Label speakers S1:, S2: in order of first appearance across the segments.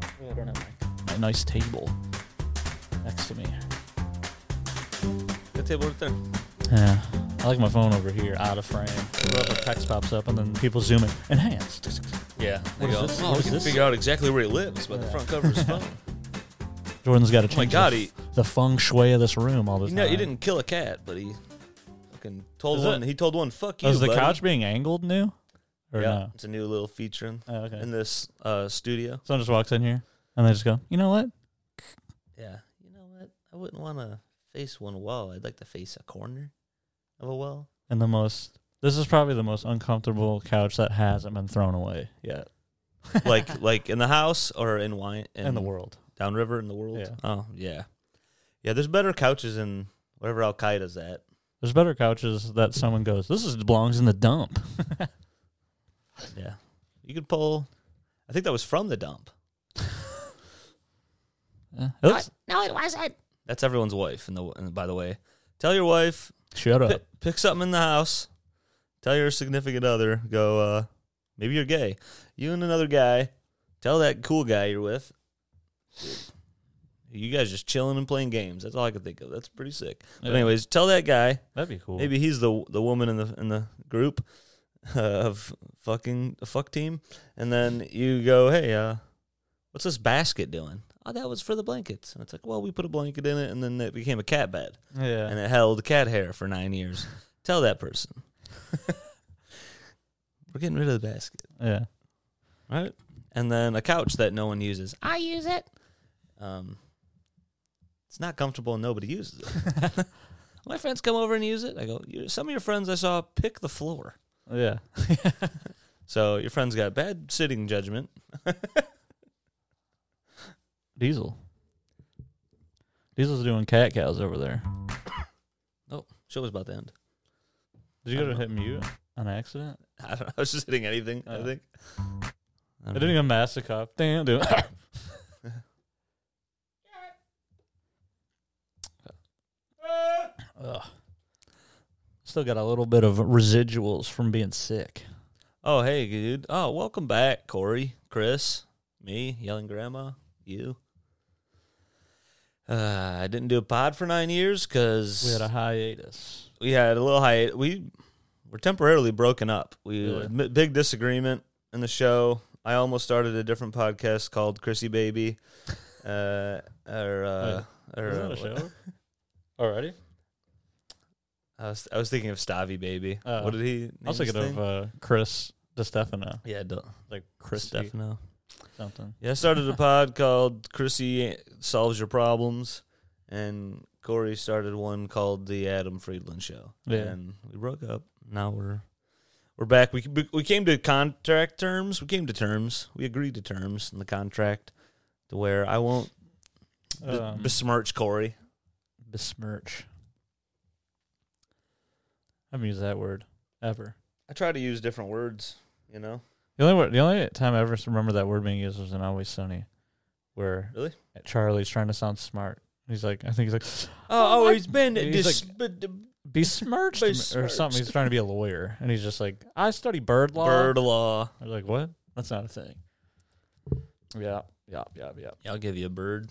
S1: Luckily, I don't have my, my nice table next to me.
S2: The table right there.
S1: Yeah. I like my phone over here, out of frame. Wherever text pops up, and then people zoom in. Enhanced.
S2: Yeah.
S1: What is
S2: There you go.
S1: this?
S2: Oh,
S1: What
S2: we
S1: is
S2: can
S1: this?
S2: figure out exactly where he lives by the
S1: Yeah.
S2: front cover of his phone.
S1: Jordan's got to change
S2: Oh my God,
S1: the,
S2: he-
S1: the feng shui of this room all the
S2: He,
S1: time.
S2: no, he didn't kill a cat, but he fucking told
S1: Is
S2: one.
S1: it-
S2: He told one, "Fuck you."
S1: Oh, Is the
S2: buddy."
S1: couch being angled new? Or
S2: yeah,
S1: no?
S2: it's a new little feature in,
S1: Oh, okay.
S2: in this uh, studio.
S1: Someone just walks in here and they just go, you know what?
S2: Yeah, you know what? I wouldn't want to face one wall. I'd like to face a corner of a wall.
S1: And the most, this is probably the most uncomfortable couch that hasn't been thrown away yet
S2: like like in the house or in wine in,
S1: in, the world.
S2: downriver in the world.
S1: Yeah.
S2: Oh yeah, yeah. There's better couches in whatever Al Qaeda's at.
S1: There's better couches that someone goes, this is belongs in the dump.
S2: Yeah, you could pull. I think that was from the dump.
S1: Eh, oops.
S2: No, it wasn't. That's everyone's wife. In the and by the way, tell your wife
S1: Shut
S2: pi-
S1: up.
S2: pick something in the house. Tell your significant other. Go. uh Maybe you're gay. You and another guy. Tell that cool guy you're with. You guys just chilling and playing games. That's all I could think of. That's pretty sick. But
S1: Yeah.
S2: anyways, tell that guy
S1: That'd be cool.
S2: Maybe he's the the woman in the in the group uh, of fucking the fuck team, and then you go, hey, uh, what's this basket doing? Oh, that was for the blankets, and it's like, well, we put a blanket in it, and then it became a cat bed,
S1: Yeah.
S2: and it held cat hair for nine years. Tell that person, we're getting rid of the basket,
S1: yeah.
S2: right? And then a couch that no one uses. I use it. Um, it's not comfortable, and nobody uses it. My friends come over and use it. I go, "You- some of your friends I saw pick the floor.
S1: Yeah.
S2: So your friends got bad sitting judgment.
S1: Diesel. Diesel's doing cat cows over there.
S2: Oh, show was about to end.
S1: Did you
S2: I
S1: go to
S2: don't
S1: hit mute on accident?
S2: I don't know. I was just hitting anything, I
S1: Oh.
S2: think. I
S1: I
S2: don't
S1: didn't
S2: know.
S1: even mask the cop. Damn, dude. Ugh. Still got a little bit of residuals from being sick.
S2: Oh, hey, dude. Oh, welcome back, Corey, Chris, me, yelling grandma, you. Uh, I didn't do a pod for nine years because
S1: We had a hiatus.
S2: we had a little hiatus. We were temporarily broken up. We
S1: Yeah.
S2: m- big disagreement in the show. I almost started a different podcast called Chrissy Baby, uh, or uh, or
S1: Isn't
S2: uh,
S1: that a show? Already?
S2: I was I was thinking of Stavi Baby.
S1: Oh.
S2: what did he? Name
S1: I was thinking
S2: his
S1: of
S2: thing?
S1: uh, Chris DeStefano.
S2: yeah, don't-
S1: Like Chris
S2: Stefano.
S1: something.
S2: Yeah, I started a pod called Chrissy Solves Your Problems, and Corey started one called The Adam Friedland Show.
S1: Yeah.
S2: And we broke up. Now we're we're back. We we came to contract terms. We came to terms. We agreed to terms in the contract to where I won't be-
S1: Um,
S2: besmirch Corey.
S1: besmirch. I haven't used that word ever.
S2: I try to use different words, you know.
S1: The only word, the only time I ever remember that word being used was in Always Sunny, where
S2: Really?
S1: Charlie's trying to sound smart. He's like, I think he's like,
S2: Oh, always been
S1: He's
S2: dis-
S1: besmirched, m- or something. He's
S2: Besmirched.
S1: trying to be a lawyer, and he's just like, I study bird law.
S2: bird law.
S1: I was like, what? That's not a thing. Yeah, yeah, yeah, yeah.
S2: Yeah, I'll give you a bird.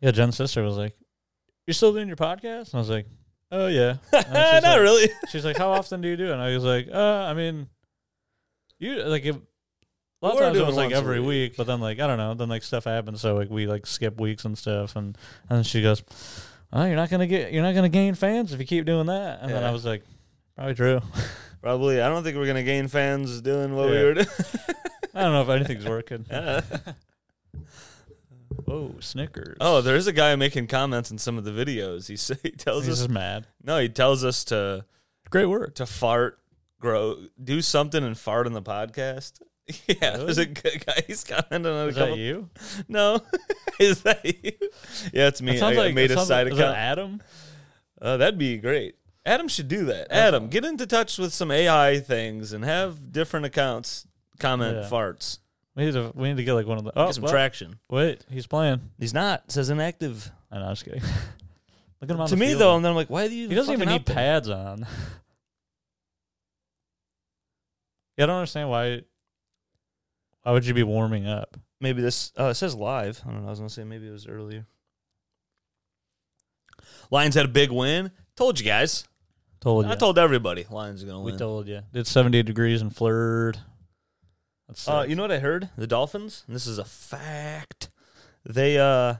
S1: Yeah, Jen's sister was like, "You're still doing your podcast?" And I was like, "Oh yeah." And she's
S2: Not
S1: like-
S2: really.
S1: She's like, "How often do you do?" it? And I was like, "Uh, I mean, you like it, a lot of
S2: We're
S1: times it
S2: doing
S1: was like
S2: once a
S1: every week, but then like I don't know, then like stuff happens, so like we like skip weeks and stuff, and and then she goes, "Oh, you're not gonna get, you're not gonna gain fans if you keep doing that." And then I
S2: Yeah.
S1: was like, "Probably true."
S2: Probably. I don't think we're gonna gain fans doing what
S1: Yeah.
S2: we were doing.
S1: I don't know if anything's working.
S2: Yeah.
S1: Whoa, Snickers!
S2: oh, there is a guy making comments in some of the videos. He say, he tells
S1: he's
S2: us
S1: just mad.
S2: no, he tells us to
S1: Great work.
S2: to fart, grow, do something, and fart on the podcast. Yeah, there's a g- guy. He's commenting on a
S1: Is that
S2: couple.
S1: you?
S2: No, is that you? Yeah, it's me.
S1: That
S2: I
S1: sounds like
S2: made
S1: that
S2: a
S1: sounds
S2: side
S1: like, is that
S2: account.
S1: Adam.
S2: Uh, that'd be great. Adam should do that. Adam, get into touch with some AI things and have different accounts comment
S1: Yeah.
S2: farts.
S1: We need to we need to get like one of the. Oh,
S2: get some
S1: well,
S2: traction.
S1: wait, he's playing.
S2: He's not. It says inactive.
S1: I know, I'm just kidding. Look at him on
S2: to
S1: the
S2: me
S1: field.
S2: though, and then I'm like, why do you?
S1: he doesn't even
S2: fucking
S1: need
S2: up there?
S1: pads on. yeah, I don't understand why. Why would you be warming up?
S2: maybe this uh, it says live. I don't know. I was gonna say maybe it was earlier. Lions had a big win. Told you guys.
S1: Told you.
S2: I told everybody Lions are gonna
S1: we
S2: win.
S1: told you. Did 78 degrees and Flirred. That's
S2: Uh,
S1: sick.
S2: you know what I heard? The Dolphins, and this is a fact, they uh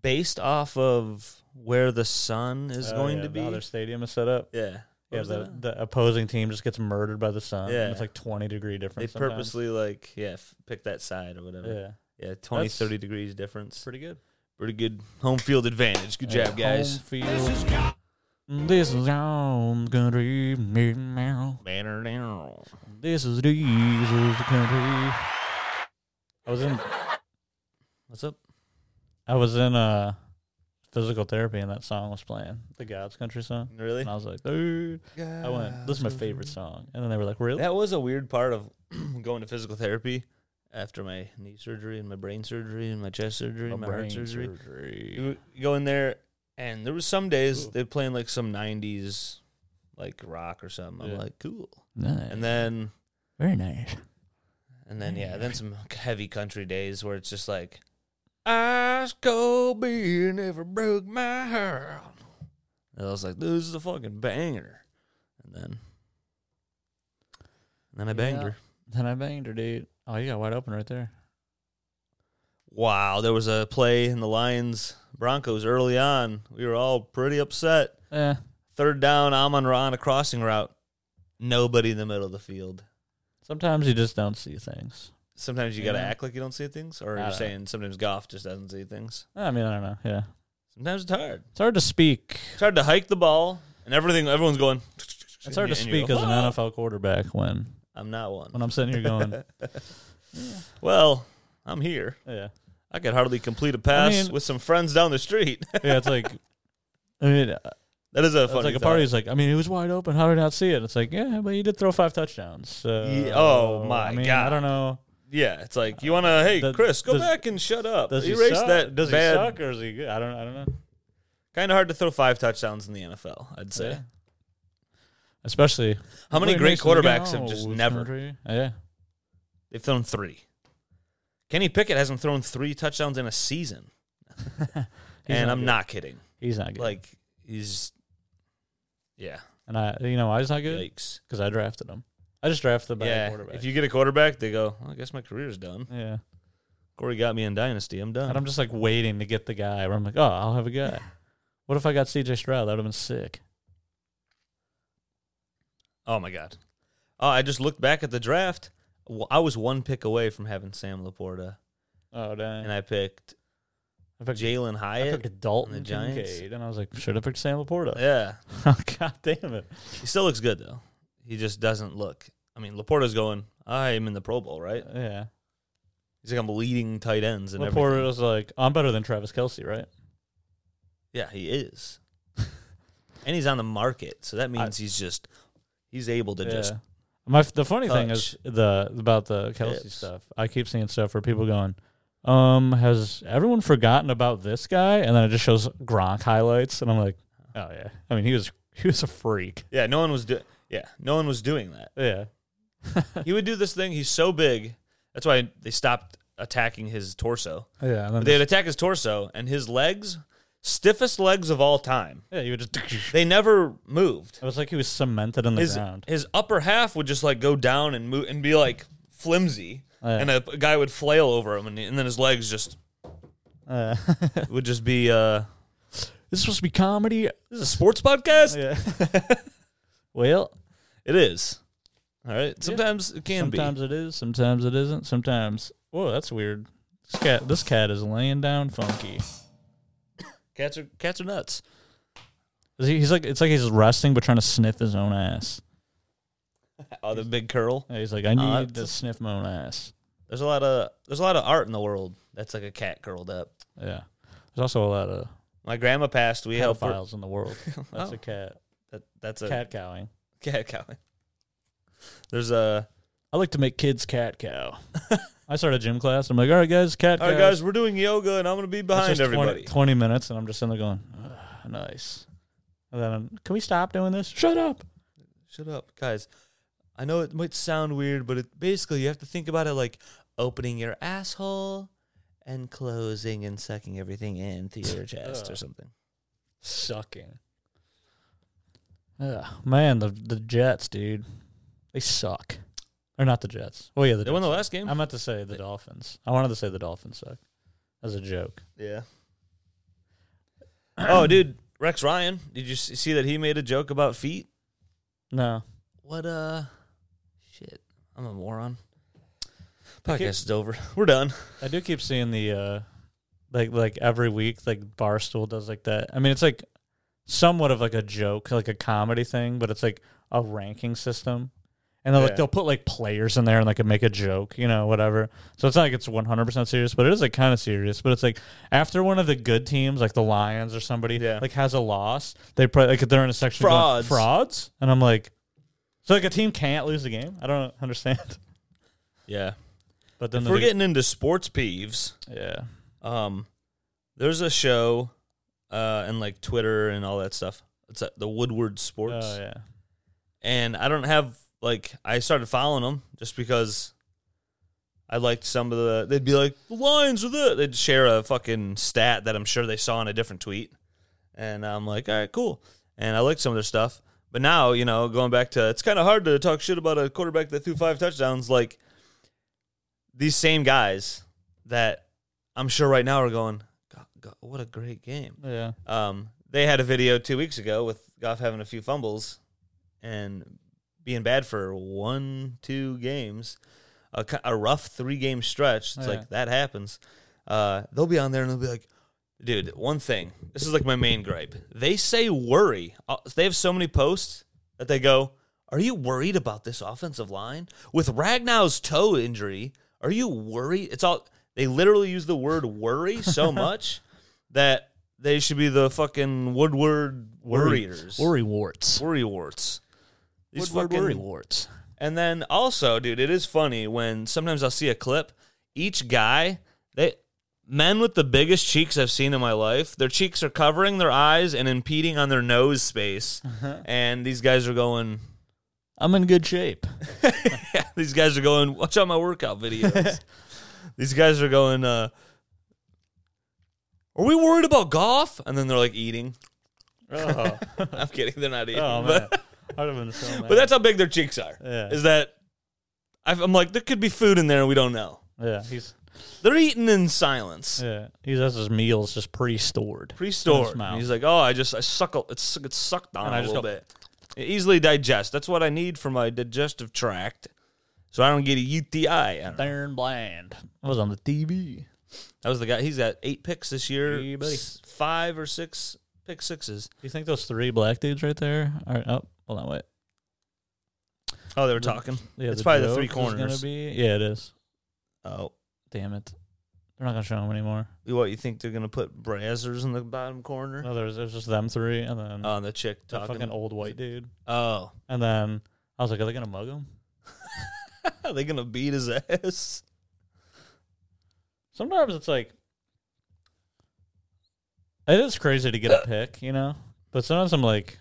S2: based off of where the sun is
S1: Oh,
S2: going
S1: yeah,
S2: to be.
S1: How their stadium is set up.
S2: yeah. What
S1: Yeah,
S2: was that
S1: the,
S2: on?
S1: the opposing team just gets murdered by the sun. and
S2: Yeah.
S1: it's like 20 degree
S2: they
S1: difference. sometimes.
S2: purposely like yeah, f- pick that side or whatever.
S1: Yeah.
S2: Yeah, twenty thirty 20
S1: That's-
S2: 30 degrees difference.
S1: Pretty good.
S2: Pretty good home field advantage. Good job, guys.
S1: Home field. This is home country. now.
S2: Banner down.
S1: This is Jesus country. I was in
S2: What's up?
S1: I was in uh physical therapy and that song was playing. The God's country song.
S2: Really?
S1: And I was like, dude I went, this is my favorite song. And then they were like, Really?
S2: That was a weird part of going to physical therapy after my knee surgery and my brain surgery and my chest surgery and my heart surgery.
S1: surgery.
S2: You go in there, and there was some days they're playing like some '90s, like rock or something.
S1: Yeah.
S2: I'm like, cool.
S1: Nice.
S2: And then,
S1: Very nice.
S2: and then, yeah, then some heavy country days where it's just like, Ice Cold Beer never broke my heart. And I was like, this is a fucking banger. And then, and then I banged
S1: Yeah.
S2: her.
S1: Then I banged her, dude. Oh, you got wide open right there.
S2: Wow, there was a play in the Lions Broncos early on. We were all pretty upset.
S1: Yeah.
S2: Third down, Amon Ra on a crossing route. Nobody in the middle of the field.
S1: Sometimes you just don't see things.
S2: Sometimes you gotta
S1: Yeah. Uh,
S2: act like you don't see things, or
S1: I
S2: you're
S1: don't-
S2: saying sometimes golf just doesn't see things.
S1: I mean, I don't know. Yeah.
S2: Sometimes it's hard.
S1: It's hard to speak.
S2: It's hard to hike the ball, and everything. Everyone's going.
S1: It's hard to
S2: and you
S1: speak
S2: go,
S1: as an
S2: "Oh,
S1: NFL quarterback when
S2: I'm not one.
S1: when I'm sitting here going,
S2: Well, I'm here.
S1: yeah,
S2: I could hardly complete a pass
S1: mean-
S2: with some friends down the street.
S1: yeah. It's like, I mean,
S2: that is a
S1: it's
S2: funny.
S1: like a
S2: thought.
S1: party's like, I mean, it was wide open. How did I not see it? It's like, yeah, but you did throw five touchdowns. So,
S2: Ye- oh my
S1: I mean, I
S2: God.
S1: don't know.
S2: Yeah, it's like you want to. Hey,
S1: Uh, Does-
S2: Chris, go
S1: does-
S2: back and shut up.
S1: Does he
S2: Erase
S1: suck?
S2: that.
S1: Does
S2: bad-
S1: he suck or is he good? I don't. I don't know.
S2: Kind of hard to throw five touchdowns in the NFL. I'd say.
S1: Yeah. Especially
S2: How many
S1: Blake Mason's
S2: great
S1: like,
S2: quarterbacks have just
S1: "Oh,
S2: never?
S1: country." Yeah.
S2: They've thrown three. Kenny Pickett hasn't thrown three touchdowns in a season,
S1: He's
S2: and
S1: not
S2: I'm
S1: good.
S2: not kidding.
S1: He's not good.
S2: Like he's, yeah,
S1: and I, you know, why he's not good
S2: yikes.
S1: because I drafted him. I just drafted the bad
S2: Yeah,
S1: quarterback.
S2: if you get a quarterback, they go. Well, I guess my career's done.
S1: yeah.
S2: Corey got me in dynasty. I'm done.
S1: And I'm just like waiting to get the guy where I'm like, oh, I'll have a guy. What if I got CJ Stroud? That would have been sick.
S2: oh my god. Oh, I just looked back at the draft. Well, I was one pick away from having Sam Laporta,
S1: Oh, dang.
S2: and I picked
S1: I picked,
S2: Jalen
S1: I
S2: Hyatt.
S1: picked Dalton
S2: and the
S1: Giants.
S2: Giants.
S1: Kincaid, and I was like, should have picked Sam Laporta.
S2: Yeah,
S1: Oh, God damn it.
S2: he still looks good though. He just doesn't look. I mean, Laporta's going. I am in the Pro Bowl, right?
S1: Yeah.
S2: He's like I'm leading tight ends and
S1: Laporta
S2: everything.
S1: was like, I'm better than Travis Kelsey, right?
S2: Yeah, he is. and he's on the market, so that means he's just he's able to
S1: yeah.
S2: just
S1: My the funny thing is the about the Kelsey
S2: Tips.
S1: stuff. I keep seeing stuff where people going, um, has everyone forgotten about this guy? And then it just shows Gronk highlights, and I'm like, oh yeah. I mean, he was he was a freak.
S2: yeah. No one was do- yeah. No one was doing that.
S1: Yeah.
S2: he would do this thing. He's so big. That's why they stopped attacking his torso.
S1: Yeah. And then
S2: But they'd attack his torso and his legs, stiffest legs of all time.
S1: yeah, you would just. It
S2: They never moved.
S1: was like he was cemented in the
S2: His
S1: ground.
S2: his upper half would just like go down and move and be like flimsy,
S1: Oh, Yeah.
S2: and a, a guy would flail over him, and, and then his legs just
S1: Uh,
S2: would just be. uh
S1: this is supposed to be comedy.
S2: This is a sports podcast.
S1: Yeah. well,
S2: It is. All right. Sometimes it can
S1: sometimes
S2: be.
S1: it is, sometimes it isn't. Sometimes, whoa, that's weird. This cat, this cat is laying down funky.
S2: Cats are cats are nuts.
S1: Is he- He's like, it's like he's resting but trying to sniff his own ass.
S2: Oh, the big curl.
S1: Yeah, He's like, I need
S2: Uh,
S1: to sniff my own ass.
S2: There's a lot of there's a lot of art in the world that's like a cat curled up.
S1: Yeah. There's also a lot of
S2: My grandma passed. We helped her.
S1: pedophiles in the world. That's
S2: Oh.
S1: a cat.
S2: That, that's a cat
S1: Cat cowing.
S2: cat cow. There's a
S1: I like to make kids cat cow. I start a gym class. I'm like, all right, guys, cat
S2: all right,
S1: cow.
S2: guys. We're doing yoga, and I'm gonna be behind everybody.
S1: 20, minutes, and I'm just in there going, "Ugh, nice. And then, I'm, can we stop doing this? Shut up.
S2: Shut up, guys. I know it might sound weird, but it basically you have to think about it like opening your asshole and closing and sucking everything in through your chest or
S1: Ugh.
S2: something.
S1: Sucking. Ugh, man, the the Jets, dude, they suck. Or not the Jets. Oh yeah, the
S2: They won the
S1: Jets.
S2: last game.
S1: I meant to say the Dolphins. I wanted to say the Dolphins suck as a joke.
S2: Yeah. oh, dude, Rex Ryan. Did you s- see that he made a joke about feet?
S1: No,
S2: What uh, shit. I'm a moron. Podcast is over. We're done.
S1: I do keep seeing the uh, like like every week like Barstool does like that. I mean, it's like somewhat of like a joke, like a comedy thing, but it's like a ranking system. And they'll,
S2: Yeah.
S1: like, they'll put like players in there and like make a joke, you know, whatever. So it's not like it's 100% serious, but it is like kind of serious. But it's like after one of the good teams, like the Lions or somebody,
S2: Yeah.
S1: like has a loss, they play like they're in a section going,
S2: Frauds.
S1: frauds, and I'm like, so like a team can't lose the game. I don't understand.
S2: Yeah.
S1: But then
S2: if
S1: the
S2: we're getting into sports peeves.
S1: yeah,
S2: Um, there's a show, uh, and like Twitter and all that stuff. It's uh, the Woodward Sports,
S1: oh yeah,
S2: and I don't have like I started following them just because I liked some of the. They'd be like the Lions are the. They'd share a fucking stat that I'm sure they saw in a different tweet, and I'm like, all right, cool. And I liked some of their stuff, but now you know, going back to it's kind of hard to talk shit about a quarterback that threw five touchdowns. Like these same guys that I'm sure right now are going, God, God, what a great game.
S1: yeah.
S2: Um, they had a video two weeks ago with Goff having a few fumbles and being bad for one, two games, a, ki- a rough three game stretch. It's
S1: Yeah.
S2: like that happens. Uh, they'll be on there and they'll be like, dude, one thing. This is like my main gripe. They say worry. Uh, They have so many posts that they go, are you worried about this offensive line? With Ragnow's toe injury, are you worried? It's all, they literally use the word worry so much that they should be the fucking Woodward Worriers.
S1: Worry warts.
S2: Worry warts. These
S1: Woodward
S2: fucking-
S1: worry warts.
S2: And then also, dude, it is funny when sometimes I'll see a clip. Each guy, they men with the biggest cheeks I've seen in my life. Their cheeks are covering their eyes and impeding on their nose space.
S1: Uh-huh.
S2: And these guys are going.
S1: I'm in good shape.
S2: these guys are going. Watch out my workout videos. these guys are going. uh Are we worried about golf? And then they're like eating.
S1: Oh,
S2: I'm kidding. They're not eating. but-
S1: man, I'd have been so mad.
S2: But that's how big their cheeks are.
S1: Yeah.
S2: Is that I've, I'm like there could be food in there and we don't know.
S1: yeah, he's
S2: They're eating in silence,
S1: yeah, he has his meals just pre-stored. In
S2: pre-stored.
S1: his mouth.
S2: And he's like, oh, I just I suckle. It's it's sucked on
S1: And
S2: a
S1: I just
S2: little
S1: go-
S2: bit. It easily digest. That's what I need for my digestive tract, so I don't get a UTI. I don't know.
S1: Darren Bland I was on the TV.
S2: That was the guy. He's got eight picks this year.
S1: Hey, buddy.
S2: s- Five or six pick sixes.
S1: Do you think those three black dudes right there? Are, oh, hold on, wait.
S2: Oh, they were
S1: The-
S2: talking.
S1: Yeah,
S2: It's probably the
S1: joke
S2: three
S1: is gonna
S2: corners.
S1: Be, yeah, it is.
S2: Oh,
S1: Damn it, they're not gonna show him anymore.
S2: what you think they're gonna put Brazzers in the bottom corner?
S1: No, there's there's just them three, and then
S2: Oh, and the chick
S1: the
S2: talking.
S1: Uh, fucking old white dude,
S2: oh,
S1: and then I was like, are they gonna mug him?
S2: Are they gonna beat his ass?
S1: sometimes it's like it is crazy to get a pick, you know. But sometimes I'm like,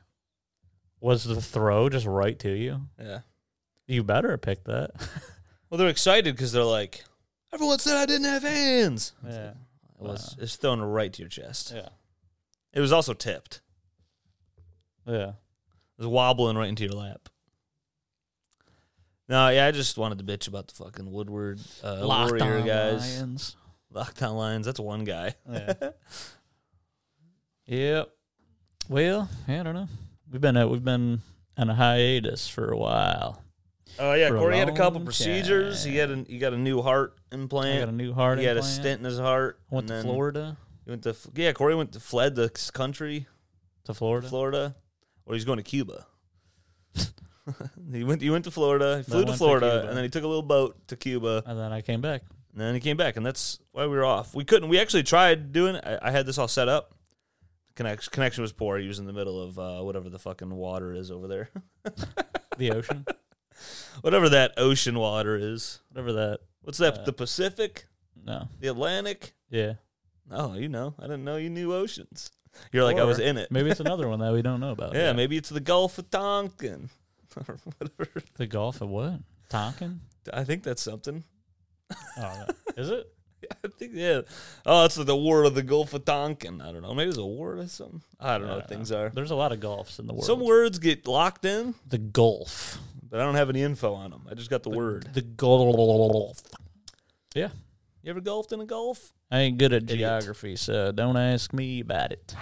S1: was the throw just right to you?
S2: Yeah.
S1: You better pick that.
S2: Well, they're excited because they're like, everyone said I didn't have hands.
S1: yeah,
S2: It was
S1: Uh.
S2: it's thrown right to your chest.
S1: yeah,
S2: It was also tipped.
S1: yeah.
S2: It was wobbling right into your lap. No, yeah, I just wanted to bitch about the fucking Woodward uh, Warrior guys.
S1: Lions.
S2: Lockdown Lions. That's one guy.
S1: Yeah. yep. Well, yeah, I don't know. We've been at, we've been on a hiatus for a while.
S2: Oh yeah,
S1: For a
S2: Corey had a
S1: long
S2: couple procedures. He had
S1: time.
S2: an, he got a new heart
S1: I got a
S2: implant.
S1: new heart.
S2: he had a
S1: implant.
S2: stint in his heart.
S1: I Went
S2: and
S1: to
S2: then
S1: Florida.
S2: He went to F- yeah. Corey went to fled the country.
S1: To Florida.
S2: Florida, or he's going to Cuba. he went. He went to Florida. He flew
S1: went
S2: to
S1: to
S2: Florida,
S1: Cuba.
S2: and then he took a little boat to Cuba,
S1: And then I came back.
S2: and then he came back, and that's why we were off. We couldn't. We actually tried doing. I, I had this all set up. Connect, connection was poor. He was in the middle of uh, whatever the fucking water is over there,
S1: The ocean,
S2: whatever that ocean water is.
S1: whatever that.
S2: What's that?
S1: Uh,
S2: the Pacific,
S1: No.
S2: the Atlantic.
S1: Yeah.
S2: Oh, you know, I didn't know you knew oceans. You're like I
S1: Or
S2: was in it.
S1: Maybe it's another one that we don't know about.
S2: yeah,
S1: yet.
S2: maybe it's the Gulf of Tonkin or whatever.
S1: the Gulf of what? Tonkin?
S2: I think that's something.
S1: Oh, no. is it?
S2: I think yeah. Oh, it's the word of the Gulf of Tonkin. I don't know. Maybe it's a word or something. I don't know what things are.
S1: There's a lot of golfs in the world.
S2: Some words get locked in,
S1: The golf.
S2: but I don't have any info on them. I just got the, word.
S1: The golf. Yeah.
S2: You ever golfed in a golf?
S1: I ain't good at
S2: Idiot.
S1: geography, so don't ask me about it.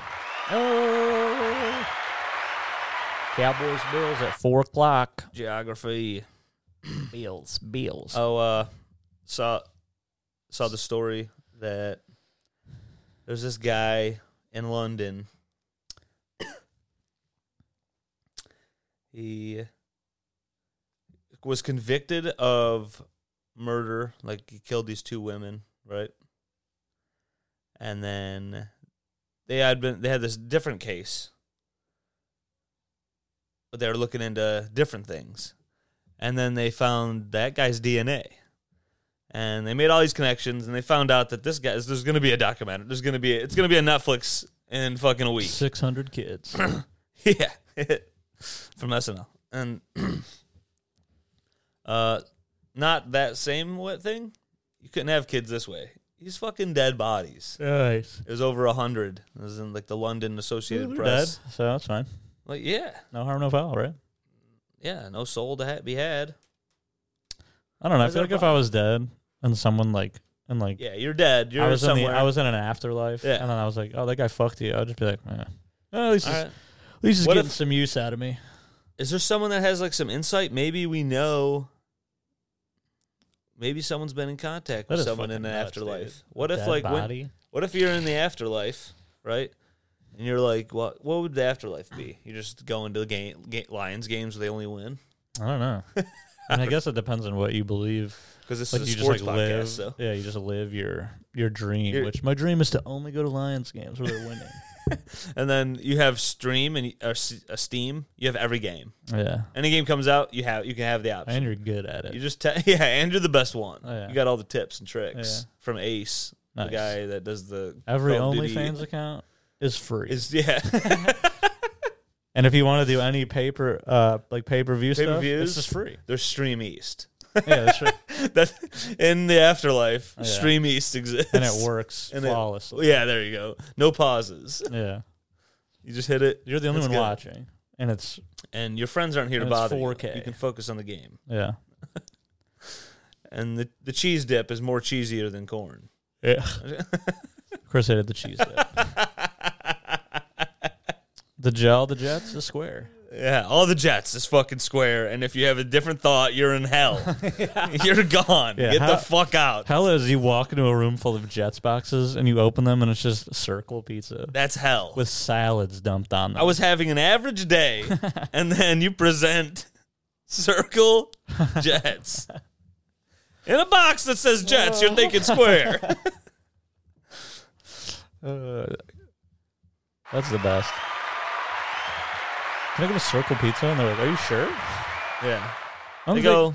S1: Oh. Cowboys Bills at four o'clock.
S2: Geography.
S1: Bills, Bills.
S2: Oh, uh, saw saw the story that there's this guy in London. he was convicted of murder, like he killed these two women, right? And then they had been they had this different case. But they were looking into different things. And then they found that guy's DNA and they made all these connections and they found out that this guy is there's going to be a documentary there's going to be a, it's going to be a netflix in fucking a week
S1: Six hundred kids.
S2: yeah from snl and uh not that same what thing you couldn't have kids this way these fucking dead bodies
S1: nice.
S2: it was over a hundred it was in like the london associated press
S1: so that's fine.
S2: like yeah
S1: No harm, no foul, right?
S2: yeah no soul to ha- be had
S1: I don't know. I
S2: Is
S1: feel
S2: that
S1: like if
S2: a
S1: I was dead and someone like and like
S2: yeah you're dead you're
S1: I was
S2: somewhere
S1: in the, I was in an afterlife,
S2: Yeah.
S1: and then I was like, oh, that guy fucked you. I'd just be like, eh. Well, at least
S2: All
S1: he's,
S2: right.
S1: at least he's
S2: What
S1: getting
S2: if-
S1: some use out of me.
S2: Is there someone that has like some insight? Maybe we know. Maybe someone's been in contact
S1: That
S2: with
S1: is
S2: someone
S1: fucking
S2: in the
S1: nuts,
S2: afterlife.
S1: dude.
S2: What if
S1: Dead
S2: like when,
S1: body.
S2: what if you're in the afterlife, right? And you're like, what? What would the afterlife be? You just go into the game, ga Lions games where they only win
S1: I don't know. I, mean, I guess it depends on what you believe.
S2: because this
S1: Like
S2: is
S1: you
S2: a
S1: just like
S2: sports
S1: live,
S2: podcast. So
S1: yeah, you just live your your dream.
S2: You're-
S1: which my dream is to only go to Lions games where they're winning.
S2: and then you have stream and or S- uh, Steam. You have every game.
S1: yeah,
S2: Any game comes out, you have you can have the option.
S1: and you're good at it.
S2: You just te- yeah, and you're the best one.
S1: Oh, yeah.
S2: You got all the tips and tricks
S1: Yeah.
S2: from Ace,
S1: Nice.
S2: the guy that does the
S1: Every
S2: Call of Duty.
S1: OnlyFans account is free.
S2: Is yeah,
S1: and if you want to do any paper, uh, like pay per view stuff,
S2: Pay-per-views?
S1: this is free.
S2: they're Stream East.
S1: Yeah, that's right.
S2: That in the afterlife,
S1: Oh, Yeah.
S2: Stream East exists,
S1: and it works
S2: And it-
S1: flawlessly.
S2: Yeah, there you go. No pauses.
S1: yeah,
S2: You just hit it,
S1: you're the only
S2: That's
S1: one
S2: good.
S1: watching, and it's
S2: and your friends aren't here to
S1: And it's
S2: bother. you.
S1: 4K.
S2: You can focus on the game.
S1: yeah,
S2: And the the cheese dip is more cheesier than corn.
S1: yeah. Chris hated the cheese dip. the gel, the Jets, the square.
S2: Yeah, all the Jets is fucking square, and if you have a different thought, you're in hell. You're gone.
S1: Yeah,
S2: Get
S1: how-
S2: the fuck out.
S1: Hell is you walk into a room full of Jets boxes and you open them and it's just circle pizza
S2: That's hell.
S1: with salads dumped on them.
S2: I was having an average day, and then you present circle jets in a box that says jets. You're thinking square.
S1: Uh, that's the best. Can I get a circle pizza? And they're like, "Are you sure?"
S2: yeah,
S1: I'm
S2: they
S1: like,
S2: go.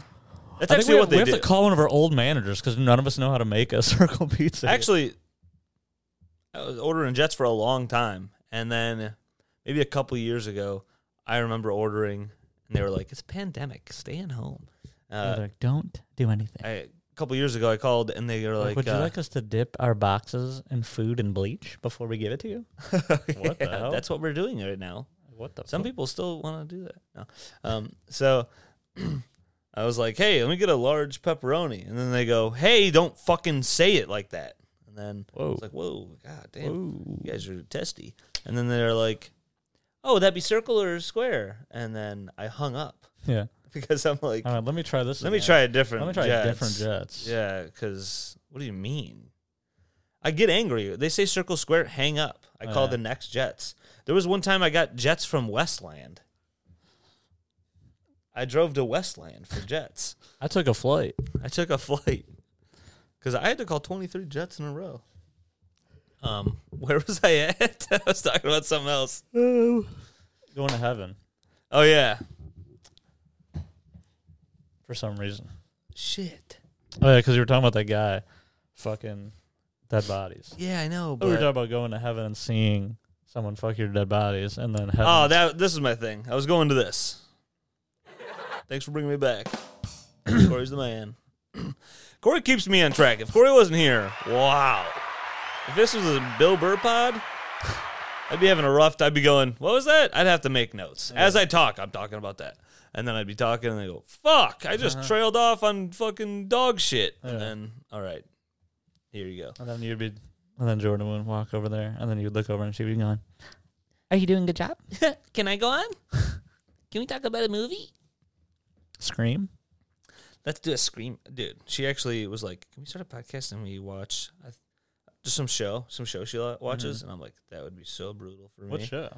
S2: That's
S1: I think
S2: actually
S1: we,
S2: what
S1: we
S2: they
S1: have
S2: do.
S1: to call one of our old managers because none of us know how to make a circle pizza.
S2: actually, I was ordering jets for a long time, and then maybe a couple years ago, I remember ordering, and they were like, "It's a pandemic, stay at home."
S1: They're
S2: Uh,
S1: like, don't do anything.
S2: I, a couple years ago, I called, and they were
S1: Like,
S2: like,
S1: would you
S2: uh,
S1: like us to dip our boxes in food and bleach before we give it to you? What the
S2: "Yeah,
S1: hell?
S2: That's what we're doing right now."
S1: What the?
S2: Some people still want to do that. No. Um, so I was like, hey, let me get a large pepperoni. And then they go, hey, don't fucking say it like that. And then
S1: Whoa.
S2: it's like, whoa, god damn, you guys are testy. And then they're like, oh, would that be circle or square? And then I hung up
S1: Yeah.
S2: because I'm like,
S1: All right. Let me try this.
S2: let me
S1: again.
S2: try a different
S1: Oh, Let me try
S2: Jets.
S1: different jets.
S2: Yeah, because what do you mean? I get angry. They say circle square, hang up. I
S1: Oh,
S2: call
S1: Yeah.
S2: the next Jets. There was one time I got Jets from Westland. I drove to Westland for Jets.
S1: I took a flight.
S2: I took a flight because I had to call 23 Jets in a row. Um, where was I at? I was talking about something else.
S1: Going to heaven
S2: Oh, yeah.
S1: for some reason.
S2: Shit.
S1: Oh yeah, because you were talking about that guy, fucking dead bodies.
S2: Yeah, I know.
S1: Oh, we were
S2: But,
S1: talking about going to heaven and seeing someone fuck your dead bodies, and then heaven.
S2: oh, that this is my thing. I was going to this. Thanks for bringing me back. Corey's the man. Corey keeps me on track. If Corey wasn't here, wow. If this was a Bill Burr pod, I'd be having a rough. I'd be going, "What was that?" I'd have to make notes as I talk. I'm talking about that, and then I'd be talking, and I go, "Fuck! I just trailed off on fucking dog shit."
S1: Yeah.
S2: And then, all right, here you go.
S1: And then you'd be, and then Jordan would walk over there, and then you'd look over and she'd be gone. Are you doing a good job?
S2: Can I go on? Can we talk about a movie?
S1: Scream.
S2: Let's do a scream, dude. She actually was like, "Can we start a podcast and we watch I th- just some show, some show she lo- watches?" And I'm like, "That would be so brutal for me."
S1: Mm-hmm. What show?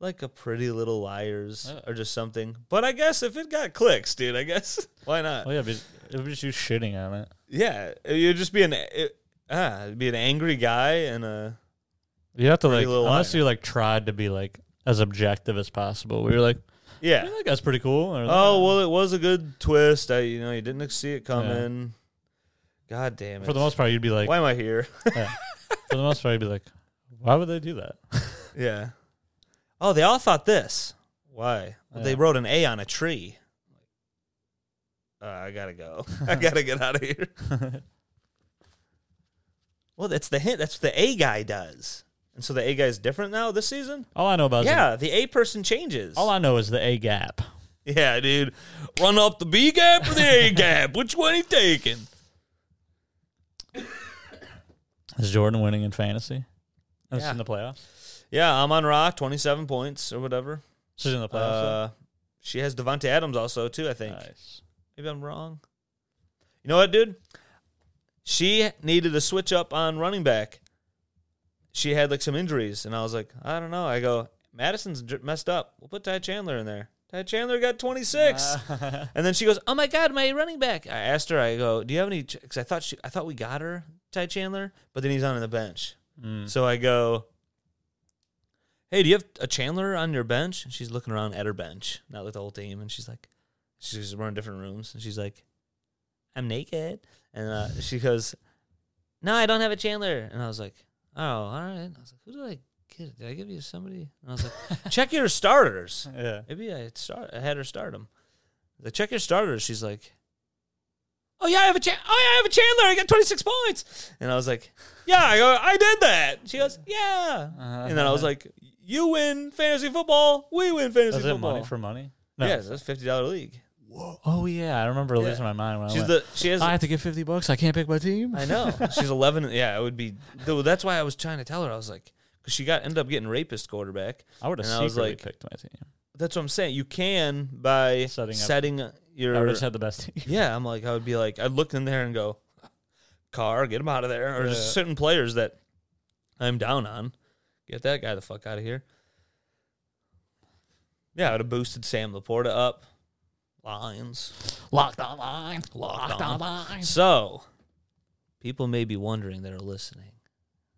S2: like a Pretty Little Liars
S1: Oh.
S2: or just something. But I guess if it got clicks, dude, I guess why not?
S1: Oh yeah, but it was just you shitting on it.
S2: Yeah, you'd just be an it, ah, it'd be an angry guy and a
S1: You have to
S2: Pretty
S1: like,
S2: Little
S1: unless
S2: Liar.
S1: you like tried to be like as objective as possible. We were like, I
S2: yeah.
S1: think that's pretty cool. or,
S2: Oh well, it was a good twist. I you know you didn't see it coming. God damn it!
S1: for the most part, you'd be like,
S2: why am I here?
S1: yeah. for the most part, you'd be like, why would they do that?
S2: yeah. Oh, they all thought this. Why? Well, They
S1: Yeah.
S2: wrote an A on a tree. Uh, I gotta go. I gotta get out of here. Well, that's the hint. That's what the A guy does. And so the A guy's different now this season?
S1: all I know about is
S2: Yeah, the A person changes.
S1: all I know is the A gap.
S2: yeah, dude. Run up the B gap or the A gap? Which one he taking?
S1: Is Jordan winning in fantasy? This
S2: Yeah.
S1: is in the playoffs.
S2: Yeah, I'm on Ra, 27 points or whatever.
S1: This is in the playoffs.
S2: Uh, she has Devonte Adams also, too, I
S1: though?
S2: think.
S1: nice.
S2: Maybe I'm wrong. You know what, dude? She needed a switch up on running back. She had like some injuries, and I was like, I don't know. I go, Madison's j- messed up. We'll put Ty Chandler in there. Ty Chandler got 26. And then she goes, "Oh my god, my running back!" I asked her. I go, "Do you have any?" Because I thought she, I thought we got her Ty Chandler, but then he's on the bench.
S1: Mm.
S2: So I go, "Hey, do you have a Chandler on your bench?" And she's looking around at her bench, not with the whole team, and she's like, she's we're in different rooms, and she's like, "I'm naked," and uh, she goes, "No, I don't have a Chandler," and I was like, "Oh, all right." I was like, "Who did I get? Did I give you somebody?" And I was like, "Check your starters."
S1: Yeah.
S2: Maybe I had start. I had her start him. Like, check your starters. She's like, "Oh yeah, I have a cha- oh yeah, I have a Chandler. I got twenty six points." And I was like, "Yeah, I, go, I did that." She goes, "Yeah."
S1: Uh-huh.
S2: And then I was like, "You win fantasy football. We win fantasy
S1: Is it
S2: football."
S1: money for money? No.
S2: Yes, that's fifty dollar league.
S1: Oh yeah, I remember
S2: Yeah.
S1: losing my mind when I
S2: She's
S1: went,
S2: the she has.
S1: I
S2: I,
S1: have to get fifty bucks. I can't pick my team.
S2: know she's eleven. Yeah, it would be. Though that's why I was trying to tell her. I was like, because she got ended up getting rapist quarterback.
S1: I would have
S2: And I was
S1: secretly
S2: like-
S1: picked my team.
S2: That's what I'm saying. You can by
S1: Setting
S2: setting,
S1: up-
S2: your
S1: I would have had the best team.
S2: Yeah, I'm like, I would be like, I'd look in there and go, Carr, get him out of there, or
S1: Yeah.
S2: just certain players that I'm down on, get that guy the fuck out of here. Yeah, I would have boosted Sam Laporta up. Lions.
S1: Locked on line. Locked
S2: on
S1: line.
S2: So, people may be wondering that are listening,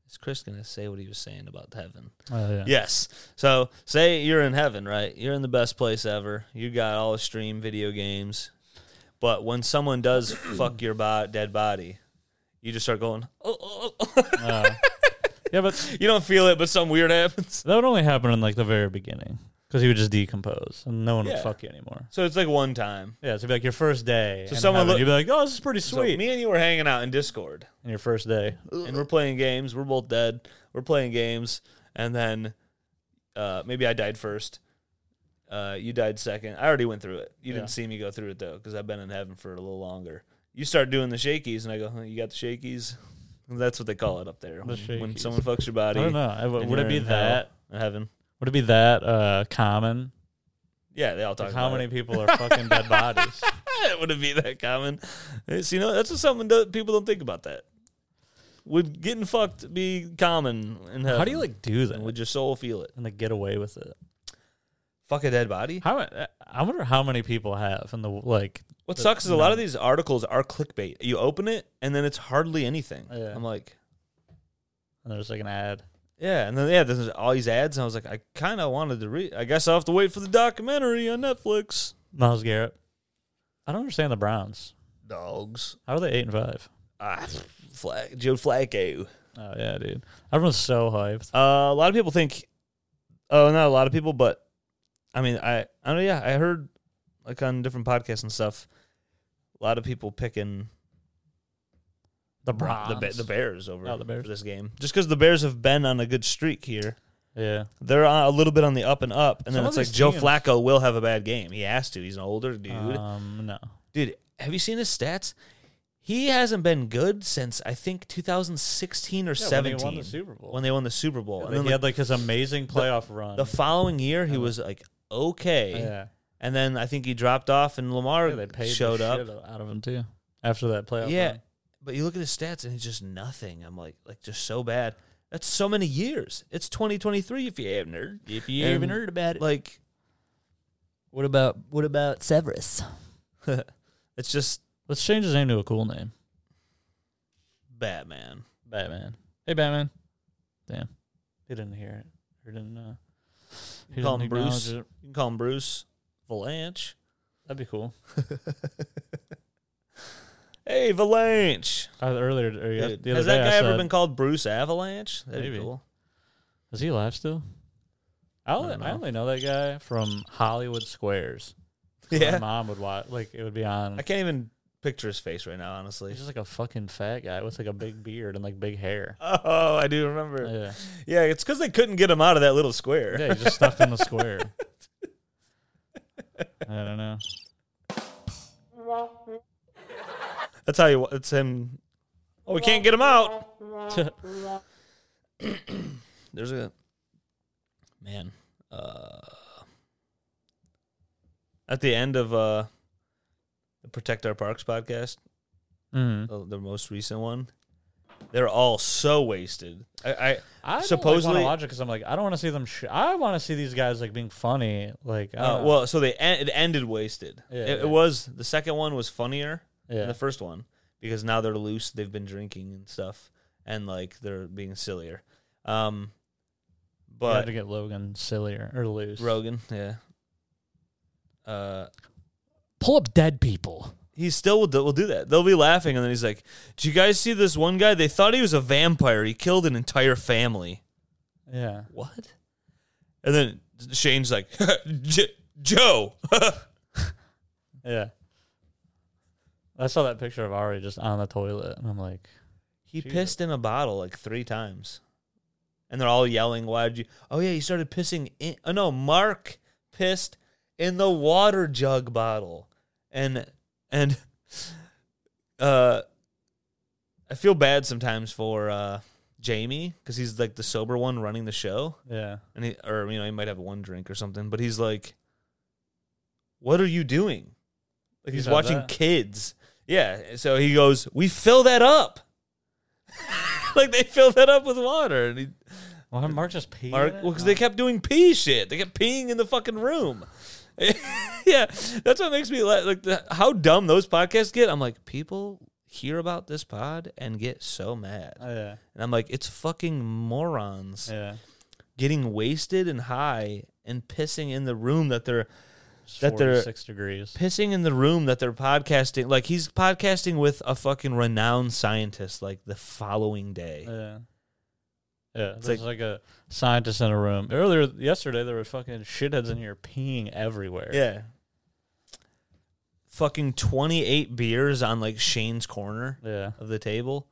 S2: is Chris gonna say what he was saying about heaven?
S1: Oh, yeah.
S2: Yes. So say you're in heaven, right? You're in the best place ever. You got all the stream video games. But when someone does fuck your bo- dead body, you just start going, oh, oh, oh.
S1: Oh. yeah, but
S2: you don't feel it, but something weird happens.
S1: that would only happen in like the very beginning because he would just decompose and no one would
S2: Yeah.
S1: fuck you anymore.
S2: So it's like one time.
S1: Yeah, so it'd be like your first day.
S2: So
S1: in
S2: someone
S1: heaven.
S2: look-
S1: you'd be like, "Oh, this is pretty
S2: So
S1: sweet."
S2: me and you were hanging out in Discord
S1: and your first day,
S2: and we're playing games. We're both dead. We're playing games. And then uh, maybe I died first. Uh, you died second. I already went through it. You
S1: Yeah.
S2: didn't see me go through it though, because I've been in heaven for a little longer. You start doing the shakies, and I go, huh, "You got the shakies." That's what they call it up there.
S1: The
S2: when, when
S1: shakies.
S2: someone fucks your
S1: I
S2: body,
S1: don't know. I, w-
S2: and
S1: would it
S2: you're
S1: be
S2: in hell,
S1: that?
S2: in heaven?
S1: Would it be that uh, common?
S2: Yeah, they all talk.
S1: Like how
S2: about
S1: many
S2: It.
S1: people are fucking dead bodies?
S2: it would it be that common? It's, you know, that's what someone do people don't think about that. Would getting fucked be common in heaven?
S1: How do you like do that
S2: And would your soul feel it?
S1: and like get away with it?
S2: Fuck a dead body.
S1: How uh, I wonder how many people have in the like.
S2: What sucks is a lot of these articles are clickbait. You open it, and then it's hardly anything.
S1: Yeah.
S2: I'm like.
S1: And there's like an ad.
S2: Yeah, and then yeah, there's all these ads, and I was like, I kind of wanted to read. I guess I'll have to wait for the documentary on Netflix.
S1: Miles Garrett. I don't understand the Browns.
S2: Dogs.
S1: How are they eight and five?
S2: Ah, Flack, Joe Flacco.
S1: Oh yeah, dude. Everyone's so hyped.
S2: Uh, a lot of people think. Oh, not a lot of people, but I mean, I I know. Yeah, I heard like on different podcasts and stuff. A lot of people picking
S1: The
S2: the,
S1: Browns.
S2: Ba- the Bears over
S1: Oh, the Bears.
S2: for this game. Just because the Bears have been on a good streak here,
S1: yeah.
S2: they're on a little bit on the up and up, and then
S1: Some
S2: it's
S1: of
S2: like
S1: these
S2: Joe
S1: teams-
S2: Flacco will have a bad game. He has to. He's an older dude.
S1: Um, no.
S2: Dude, have you seen his stats? He hasn't been good since I think 2016 or
S1: When
S2: 17
S1: they won the Super Bowl.
S2: when they won the Super Bowl. and
S1: he
S2: then like,
S1: had like his amazing playoff run.
S2: the following year, he was like okay,
S1: yeah.
S2: and then I think he dropped off, and Lamar
S1: Yeah, they paid
S2: showed up.
S1: out of him too after that playoff.
S2: Yeah,
S1: run.
S2: but you look at his stats and he's just nothing. I'm like, like just so bad. That's so many years. It's 2023 if you haven't heard.
S1: if you
S2: And,
S1: even heard about it,
S2: Like,
S3: What about what about Severus?
S2: it's just
S1: let's change his name to a cool name,
S2: Batman.
S1: Batman. Hey, Batman. Damn, he didn't hear it. He didn't. Uh, he
S2: Call
S1: didn't
S2: him Bruce.
S1: acknowledge it.
S2: You can call him Bruce Valanche.
S1: That'd be cool.
S2: Hey, Valanche.
S1: Uh, earlier, or yeah,
S2: Dude,
S1: the other
S2: has
S1: day,
S2: that guy
S1: I
S2: ever
S1: said,
S2: been called Bruce Avalanche? That'd be
S1: Maybe.
S2: cool.
S1: "Is he alive still?" I only,
S2: don't
S1: I
S2: know.
S1: only know that guy from Hollywood Squares. my
S2: Yeah.
S1: mom would watch. Like it would be on.
S2: I can't even picture his face right now, honestly.
S1: He's just like a fucking fat guy with like a big beard and like big hair.
S2: Oh, I do remember.
S1: Yeah,
S2: Yeah, it's because they couldn't get him out of that little square.
S1: yeah, he's just stuck in the square. I don't know.
S2: That's how you. It's him. Oh, we can't get him out. There's a man. Uh, at the end of uh, the Protect Our Parks podcast,
S1: Mm.
S2: the, the most recent one, they're all so wasted. I, I uh,
S1: I supposedly
S2: Supposedly-
S1: don't, like, want to watch it because I'm like I don't want to see them. Sh- I want to see these guys like being funny. Like I
S2: uh,
S1: don't know.
S2: well, so they en- it ended wasted.
S1: Ah. Yeah,
S2: it,
S1: yeah.
S2: it was the second one was funnier.
S1: yeah,
S2: than the first one because now they're loose. They've been drinking and stuff, and like they're being sillier. Um,
S1: you have
S2: but
S1: to get Logan sillier or loose.
S2: Rogan, yeah, uh,
S3: Pull up dead people.
S2: he still will do, will do that. They'll be laughing, and then he's like, "Do you guys see this one guy? They thought he was a vampire. He killed an entire family.
S1: Yeah,
S2: What?" And then Shane's like, J- "Joe."
S1: yeah. I saw that picture of Ari just on the toilet, and I'm like,
S2: He
S1: Jesus.
S2: pissed in a bottle like three times, and they're all yelling, "Why'd you?" Oh yeah, he started pissing. In- oh no, Mark pissed in the water jug bottle, and and uh, I feel bad sometimes for uh Jamie because he's like the sober one running the show,
S1: yeah,
S2: and he or you know he might have one drink or something, but he's like, "What are you doing?" Like
S1: He's
S2: he's
S1: had
S2: watching
S1: that?
S2: kids. Yeah, so he goes, "We fill that up." like they fill that up with water, and he,
S1: well, Mark just peed.
S2: Mark,
S1: in it?
S2: well, because they kept doing pee shit. They kept peeing in the fucking room. yeah, that's what makes me la- like the, how dumb those podcasts get. I'm like, people hear about this pod and get so mad,
S1: Oh, yeah,
S2: and I'm like, it's fucking morons
S1: yeah.
S2: getting wasted and high and pissing in the room that they're
S1: It's
S2: That they're-
S1: 46 degrees.
S2: pissing in the room that they're podcasting like he's podcasting with a fucking renowned scientist like the following day
S1: Yeah. Yeah,
S2: It's
S1: there's like, a scientist in a room. Earlier yesterday, there were fucking shitheads in here peeing everywhere.
S2: yeah fucking 28 beers on like Shane's corner
S1: yeah.
S2: of the table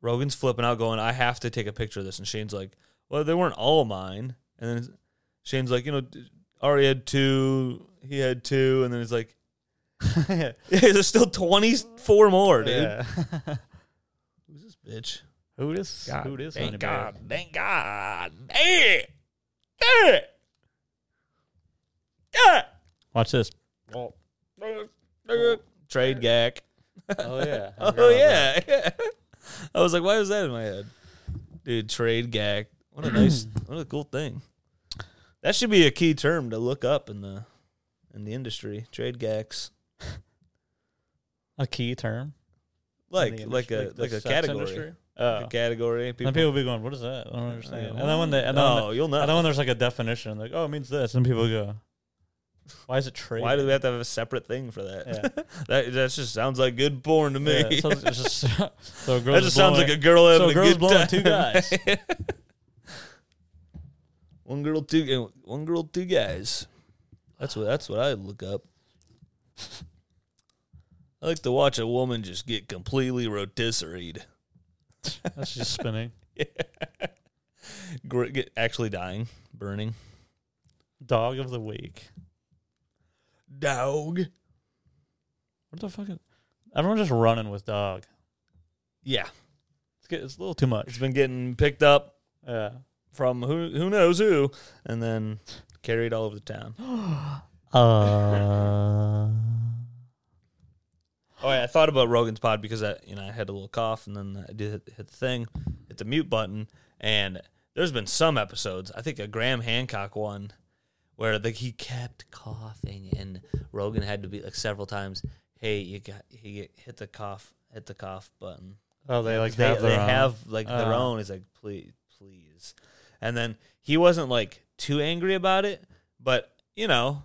S2: Rogan's flipping out going I have to take a picture of this and Shane's like well they weren't all mine and then Shane's like you know Ari had two he had two and then he's like there's still 24 more dude Who's this bitch?
S1: Who this? who this? honey bear?
S2: Thank God. Damn it. Damn it. Damn it.
S1: Watch this.
S2: Trade gag.
S1: Oh yeah.
S2: Oh, yeah. yeah. I was like, why was that in my head? Dude, trade gag. What a nice, what a cool thing. That should be a key term to look up in the in the industry. Trade gags.
S1: A key term. in
S2: Like
S1: the
S2: like
S1: industry,
S2: a
S1: the
S2: like a
S1: sex
S2: category.
S1: industry? Oh.
S2: Like a category. People,
S1: And people will be going, "What is that?" I don't understand.
S2: Yeah.
S1: And then when they, and then,
S2: oh,
S1: when
S2: you'll
S1: they-
S2: know.
S1: and then when there's like a definition, like, "Oh, it means this," and people go, "Why is it trade?"
S2: Why do we have to have a separate thing for that?
S1: Yeah.
S2: that that just sounds like good porn to me.
S1: Yeah, it sounds- it's just, so a girl's
S2: that just sounds
S1: blowing-
S2: like a girl having
S1: so
S2: a
S1: girl's
S2: good
S1: blowing
S2: time.
S1: two guys.
S2: one girl, two eh, one girl, two guys. That's what that's what I look up. I like to watch a woman just get completely rotisseried.
S1: That's just spinning.
S2: Gr- get actually dying, burning.
S1: Dog of the week.
S2: Dog.
S1: What the fuck? Is, everyone just running with dog.
S2: Yeah.
S1: It's, get, it's a little too
S2: It's
S1: much.
S2: been getting picked up
S1: Yeah.
S2: from who who knows who and then carried all over the town.
S1: Uh,
S2: Oh, yeah, I thought about Rogan's pod because I, you know, I had a little cough and then I did hit, hit the thing, hit the mute button, and there's been some episodes. I think a Graham Hancock one where like he kept coughing and Rogan had to be like several times, "Hey, you got he hit the cough, hit the cough button."
S1: oh, they like
S2: they,
S1: have
S2: they
S1: their own.
S2: have like their
S1: Uh.
S2: own. He's like, please, please. And then he wasn't like too angry about it, but you know,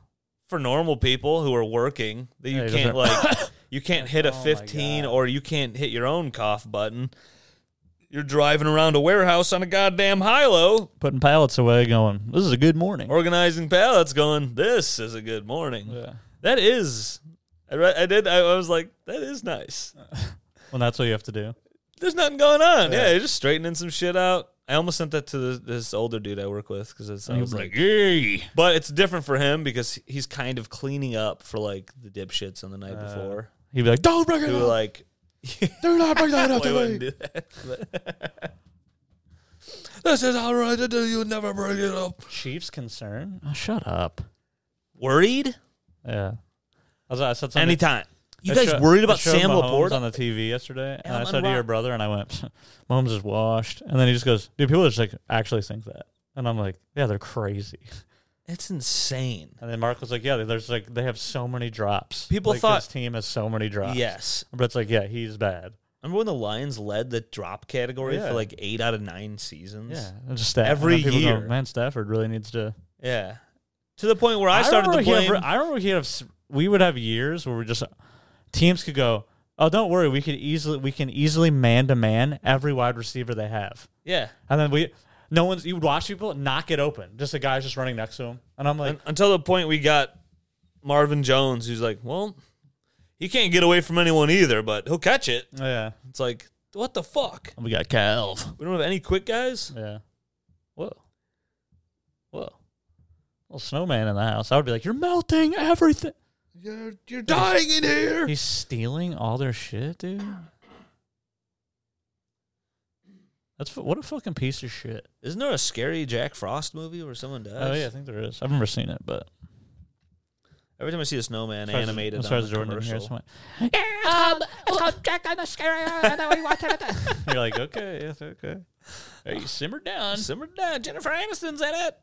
S2: for normal people who are working, that you
S1: Yeah, he
S2: can't like you can't hit a
S1: Oh my
S2: 15
S1: God.
S2: or you can't hit your own cough button. You're driving around a warehouse on a goddamn high low,
S1: putting pallets away, going. This is a good morning.
S2: organizing pallets, going, "This is a good morning."
S1: yeah.
S2: That is, I, re- I did. I, I was like, "That is nice."
S1: Well, that's what you have to do.
S2: there's nothing going on.
S1: Yeah.
S2: Yeah, you're just straightening some shit out. I almost sent that to this, this older dude I work with because it's I
S1: And
S2: was
S1: he was
S2: like, but it's different for him because he's kind of cleaning up for like the dipshits on the night
S1: Uh,
S2: before
S1: He'd be like, "Don't bring it
S2: who
S1: up.
S2: were like,
S1: do not bring that up
S2: "Well, we
S1: to
S2: wouldn't
S1: me."
S2: do that." this is all right to do. You never bring it up.
S1: Chief's concern. Oh, shut up.
S2: Worried
S1: Yeah. I, was, I said something.
S2: anytime. You
S1: I
S2: guys
S1: sho-
S2: worried
S1: I
S2: about
S1: showed
S2: Sam
S1: Mahomes
S2: Laporta?
S1: on the TV yesterday, and
S2: Yeah,
S1: I
S2: I'm
S1: said to
S2: unro-
S1: your brother, and I went, "Mahomes is washed," and then he just goes, "Dude, people just like actually think that," and I'm like, "Yeah, they're crazy."
S2: It's insane.
S1: And then Mark was like, "Yeah, there's like they have so many drops.
S2: People
S1: like,
S2: thought-
S1: this team has so many drops.
S2: Yes.
S1: but it's like, yeah, he's bad.
S2: Remember when the Lions led the drop category
S1: Yeah.
S2: for like eight out of nine seasons?
S1: Yeah, and just Stafford.
S2: Every
S1: And then people
S2: year.
S1: go, man, Stafford really needs to."
S2: Yeah. To the point where I, started
S1: remember
S2: to
S1: he had-
S2: blame.
S1: I remember he had. s- We would have years where we just teams could go. Oh, don't worry. We could easily we can easily man to man every wide receiver they have.
S2: yeah.
S1: And then we, no one's, you would watch people knock it open. Just a guy's just running next to him. And I'm like,
S2: Un- until the point we got Marvin Jones, who's like, well, he can't get away from anyone either, but he'll catch it.
S1: yeah.
S2: It's like, what the fuck?
S1: We got Calv.
S2: We don't have any quick guys?
S1: Yeah.
S2: Whoa. Whoa.
S1: Well, snowman in the house. I would be like, you're melting everything.
S2: You're, you're dying in here.
S1: He's stealing all their shit, dude. That's fu- what a fucking piece of shit.
S2: Isn't there a scary Jack Frost movie where someone dies?
S1: Oh yeah, I think there is. I've never seen it, but
S2: Every time I see a snowman
S1: As far as-
S2: animated
S1: As far
S2: on
S1: as
S2: a
S1: Jordan didn't hear
S2: commercial,
S1: us, I'm
S4: Um, it's called Jack and the Scary, uh, and then we watch it.
S1: like- you're like, okay, yes, okay. Hey, you simmer down.
S2: Simmer down. Jennifer Aniston's in it.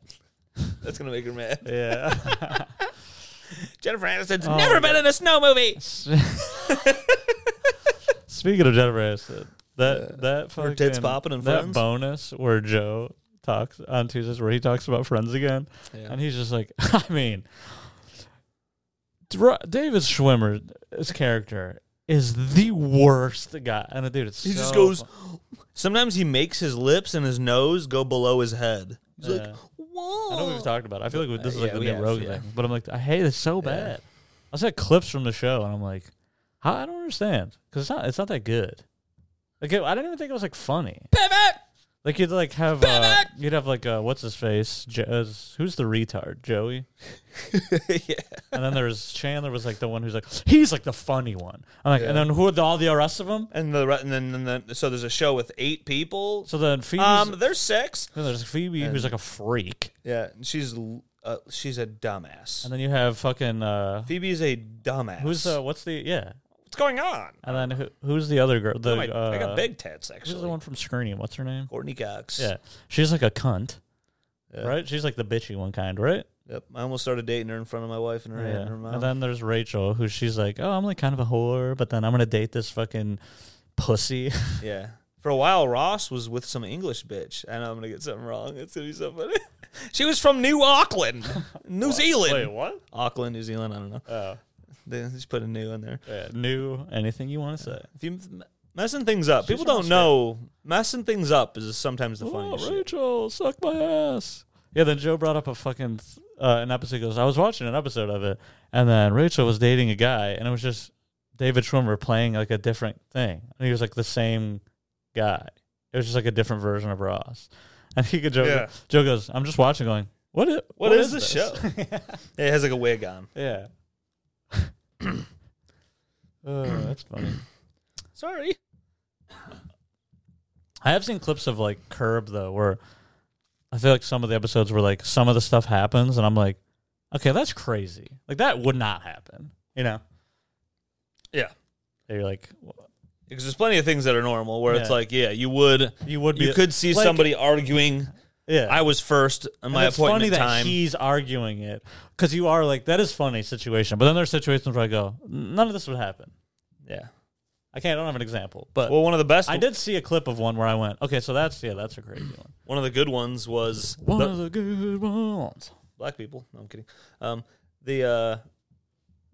S2: That's gonna make her mad.
S1: Yeah.
S2: Jennifer Aniston's
S1: Oh,
S2: never
S1: yeah.
S2: been in a snow movie.
S1: Speaking of Jennifer Aniston, that that
S2: Uh, Her
S1: fucking,
S2: tits popping in
S1: that
S2: Friends?
S1: bonus where Joe talks on Tuesdays where he talks about Friends again,
S2: Yeah.
S1: and he's just like, I mean, Dr- David Schwimmer's character is the worst guy, and uh, dude, it's
S2: He just
S1: so
S2: goes.
S1: fu-
S2: Sometimes he makes his lips and his nose go below his head. He's like,
S1: Yeah.
S2: whoa.
S1: I know we've talked about. it. I feel like this is
S2: Uh,
S1: like
S2: yeah,
S1: the
S2: we
S1: new
S2: have,
S1: Rogue
S2: yeah.
S1: thing, but I'm like, I hate it so bad. I saw clips from the show, and I'm like, how, I don't understand because it's not it's not that good. Like I didn't even think it was like funny.
S2: Pivot.
S1: Like you'd like have uh, you'd have like uh, what's his face? Jo- uh, who's the retard? Joey.
S2: yeah.
S1: And then there's Chandler was like the one who's like he's like the funny one. I'm like, and then who are the, all the rest of them?
S2: And the re- and then, and then so there's a show with eight people.
S1: So then Phoebe's,
S2: um, there's six.
S1: then there's Phoebe who's like a freak,
S2: Yeah, and she's l- uh, she's a dumbass.
S1: and then you have fucking uh,
S2: Phoebe is a dumbass.
S1: who's uh, what's the yeah,
S2: What's going on?
S1: and then who, who's the other girl? The
S2: Oh, my-
S1: uh,
S2: I got big tits
S1: Who's
S2: actually.
S1: the one from Scream? What's her name?
S2: Courtney Cox.
S1: Yeah, she's like a cunt,
S2: Yeah.
S1: right? She's like the bitchy one kind, right?
S2: Yep. I almost started dating her in front of my wife and her aunt and her mom.
S1: And then there's Rachel, who she's like, oh, I'm like kind of a whore, but then I'm gonna date this fucking pussy.
S2: Yeah. For a while, Ross was with some English bitch. I know I'm gonna get something wrong. It's gonna be so funny. she was from New Auckland, New Zealand.
S1: what?
S2: Auckland, New Zealand. I don't know.
S1: Oh,
S2: They just put a new in there.
S1: yeah. New anything you want to say?
S2: If you m- messing things up, people
S1: from
S2: don't know. Messing things up is sometimes the funniest
S1: Oh,
S2: shit.
S1: Rachel, suck my ass. Yeah, then Joe brought up a fucking th- uh, an episode. He goes, I was watching an episode of it, and then Rachel was dating a guy, and it was just David Schwimmer playing like a different thing. And he was like the same guy. It was just like a different version of Ross. And he could joke.
S2: Yeah.
S1: Joe goes, "I'm just watching, going, what? i-
S2: What is this
S1: show?
S2: It has like a wig on.
S1: yeah. Oh, that's funny.
S2: Sorry.
S1: I have seen clips of like Curb though, where I feel like some of the episodes were like some of the stuff happens, and I'm like, okay, that's crazy. Like that would not happen, you know?
S2: Yeah.
S1: They're like,
S2: Because there's plenty of things that are normal where it's
S1: Yeah.
S2: like, yeah, you would,
S1: you would be.
S2: you could see
S1: like-
S2: somebody arguing.
S1: yeah.
S2: I was first on
S1: And
S2: my
S1: it's
S2: appointment
S1: funny
S2: time.
S1: that he's arguing it because you are like that is funny situation, but then there's situations where I go, none of this would happen.
S2: yeah.
S1: I can't. I don't have an example, but
S2: Well, one of the best,
S1: I did see a clip of one where I went, okay, so that's yeah, that's a crazy one.
S2: one of the good ones was
S1: One
S2: the-
S1: of the good ones.
S2: black people. No, I'm kidding. Um, the uh,